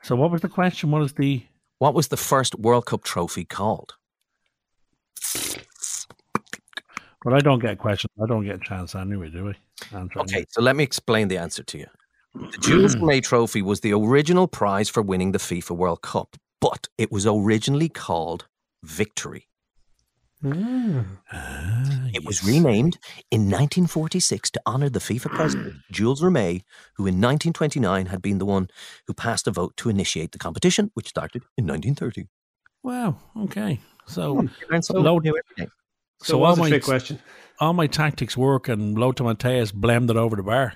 S3: So what was the question? What is the?
S2: What was the first World Cup trophy called?
S3: Well, I don't get a question. I don't get a chance anyway, do we? Answer
S2: Okay, so let me explain the answer to you. The Jules Rimet Trophy was the original prize for winning the FIFA World Cup, but it was originally called Victory.
S3: Ah,
S2: It was renamed in 1946 to honor the FIFA president, Jules Rimet, who in 1929 had been the one who passed a vote to initiate the competition, which started in 1930.
S3: Wow. Okay. So,
S2: learn
S3: so
S2: something
S3: low,
S2: new every day.
S4: So it was a trick question.
S3: All my tactics work, and Loto Mateus blamed it over the bar.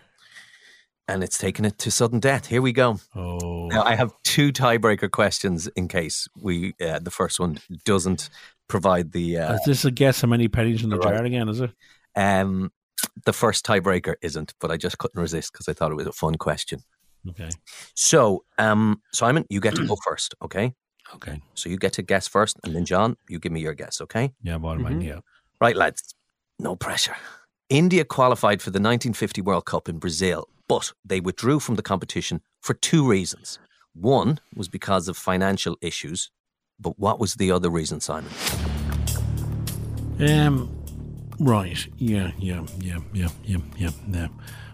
S2: And it's taken it to sudden death. Here we go.
S3: Oh,
S2: Now, I have two tiebreaker questions in case we uh, the first one doesn't provide the. Uh,
S3: is this a guess how many pennies in the jar again? Is it?
S2: Um, the first tiebreaker isn't, but I just couldn't resist because I thought it was a fun question.
S3: Okay.
S2: So, um, Simon, you get to go first, okay?
S3: Okay.
S2: So you get to guess first, and then John, you give me your guess, okay?
S3: Yeah, by the way, yeah.
S2: Right, lads. No pressure. India qualified for the 1950 World Cup in Brazil, but they withdrew from the competition for two reasons. One was because of financial issues, but what was the other reason, Simon?
S3: Um. Right. Yeah. Yeah. Yeah. Yeah. Yeah. Yeah. Yeah.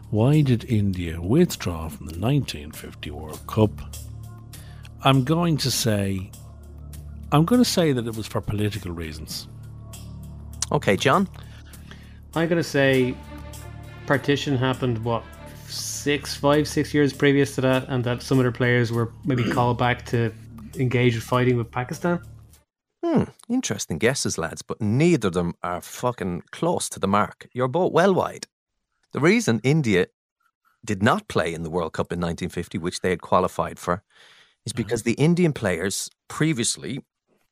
S3: Why did India withdraw from the 1950 World Cup? I'm going to say, I'm going to say that it was for political reasons.
S2: Okay, John.
S4: I'm going to say partition happened, what, six, five, six years previous to that, and that some of their players were maybe called back to engage in fighting with Pakistan.
S2: Hmm, interesting guesses, lads, but neither of them are fucking close to the mark. You're both well wide. The reason India did not play in the World Cup in 1950, which they had qualified for, is because the Indian players previously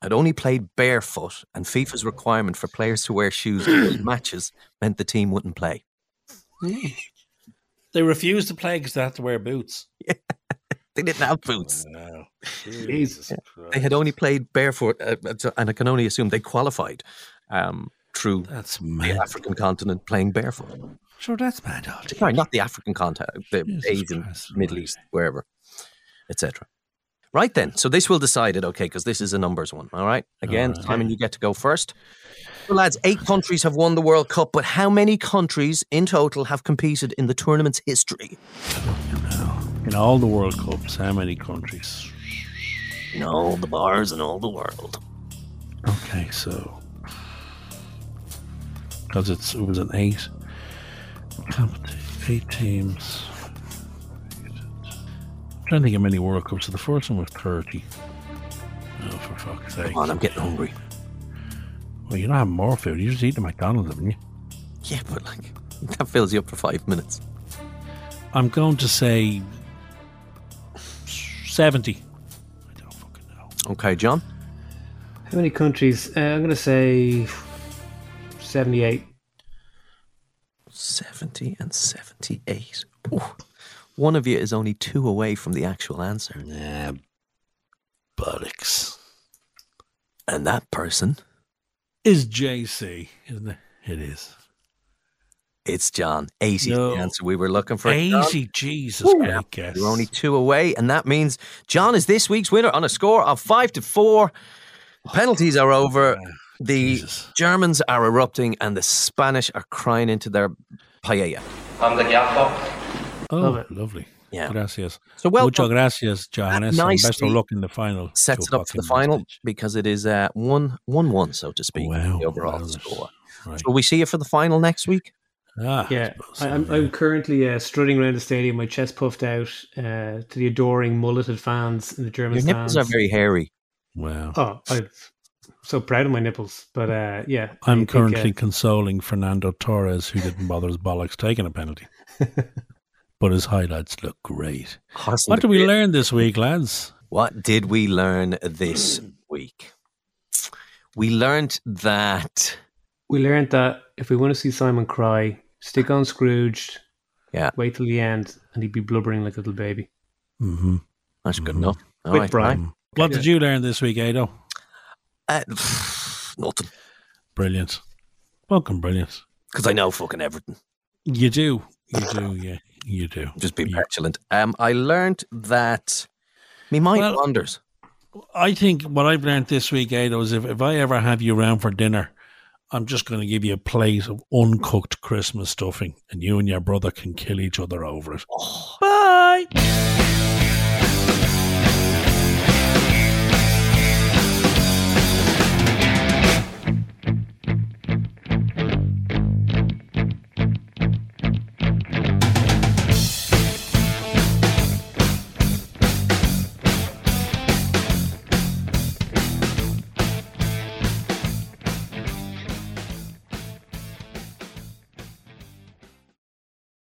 S2: had only played barefoot, and FIFA's requirement for players to wear shoes in matches meant the team wouldn't play.
S3: They refused to play because they had to wear boots.
S2: they didn't have
S3: Uh,
S2: boots.
S3: Jesus
S2: Yeah. They had only played barefoot, uh, uh, and I can only assume they qualified um, through
S3: Uh,
S2: the African continent playing barefoot.
S3: Sure, that's mad. Old.
S2: Sorry, not the African continent, the Asian, Middle East, wherever, etc. Right then, so this will decide it, okay, because this is a numbers one. All right, again,
S3: All right.
S2: Simon, you get to go first. So, lads, eight countries have won the World Cup, but how many countries in total have competed in the tournament's history?
S3: In all the World Cups, how many countries?
S2: In all the bars in all the world.
S3: Okay, so because it's it was an eight, competi- eight teams. I'm trying to think how many World Cups. So the first one was thirty. Oh, for fuck's sake! Come
S2: on, I'm getting hungry.
S3: Well, you're not having more food. You're just eating McDonald's, haven't you?
S2: Yeah, but like that fills you up for five minutes.
S3: I'm going to say seventy.
S2: Okay, John.
S4: How many countries? Uh, I'm going to say 78.
S2: 70 and 78. Ooh. One of you is only two away from the actual answer. Yeah, buttocks. And that person,
S3: Is JC, isn't it? It is.
S2: it's John. 80 is the answer we were looking for.
S3: 80, Jesus,
S2: Woo.
S3: great guess.
S2: You're only two away, and that means John is this week's winner on a score of five to four. The penalties are over. The Germans are erupting, and the Spanish are crying into their paella.
S1: I'm the gaffer.
S3: Oh,
S2: Love
S3: lovely.
S2: Yeah.
S3: Gracias.
S2: So well
S3: Mucho
S2: done.
S3: gracias, Johannes. and Best
S2: nicely
S3: of luck in the final.
S2: sets it up for the final because it is uh, one one one, so to speak, the overall score. Will we see you for the final next week?
S3: Ah,
S4: yeah, I, I'm, I'm currently uh, strutting around the stadium, my chest puffed out uh, to the adoring mulleted fans in the German
S2: Your
S4: stands.
S2: nipples are very hairy.
S3: Wow.
S4: Oh, I'm so proud of my nipples. But uh, yeah, I
S3: I'm
S4: think,
S3: currently
S4: uh,
S3: consoling Fernando Torres, who didn't bother his bollocks taking a penalty. but his highlights look great.
S2: Honestly,
S3: what
S2: the
S3: did we learn this week, lads?
S2: What did we learn this week? We learned that
S4: we learned that if we want to see Simon cry, stick on Scrooge.
S2: Yeah.
S4: Wait till the end, and he'd be blubbering like a little baby.
S3: Mm-hmm.
S2: That's good enough. All
S4: Quick,
S2: right,
S4: Brian.
S2: Brian.
S3: What did you learn this week, Ado?
S2: Uh, nothing,
S3: Brilliant. Welcome, brilliant.
S2: because I know fucking everything.
S3: You do. You do, yeah. You do.
S2: Just being petulant. Um, I learned that me mind wanders.
S3: I think what I've learned this week, Ada, is if, if I ever have you around for dinner, I'm just going to give you a plate of uncooked Christmas stuffing, and you and your brother can kill each other over it.
S2: Bye.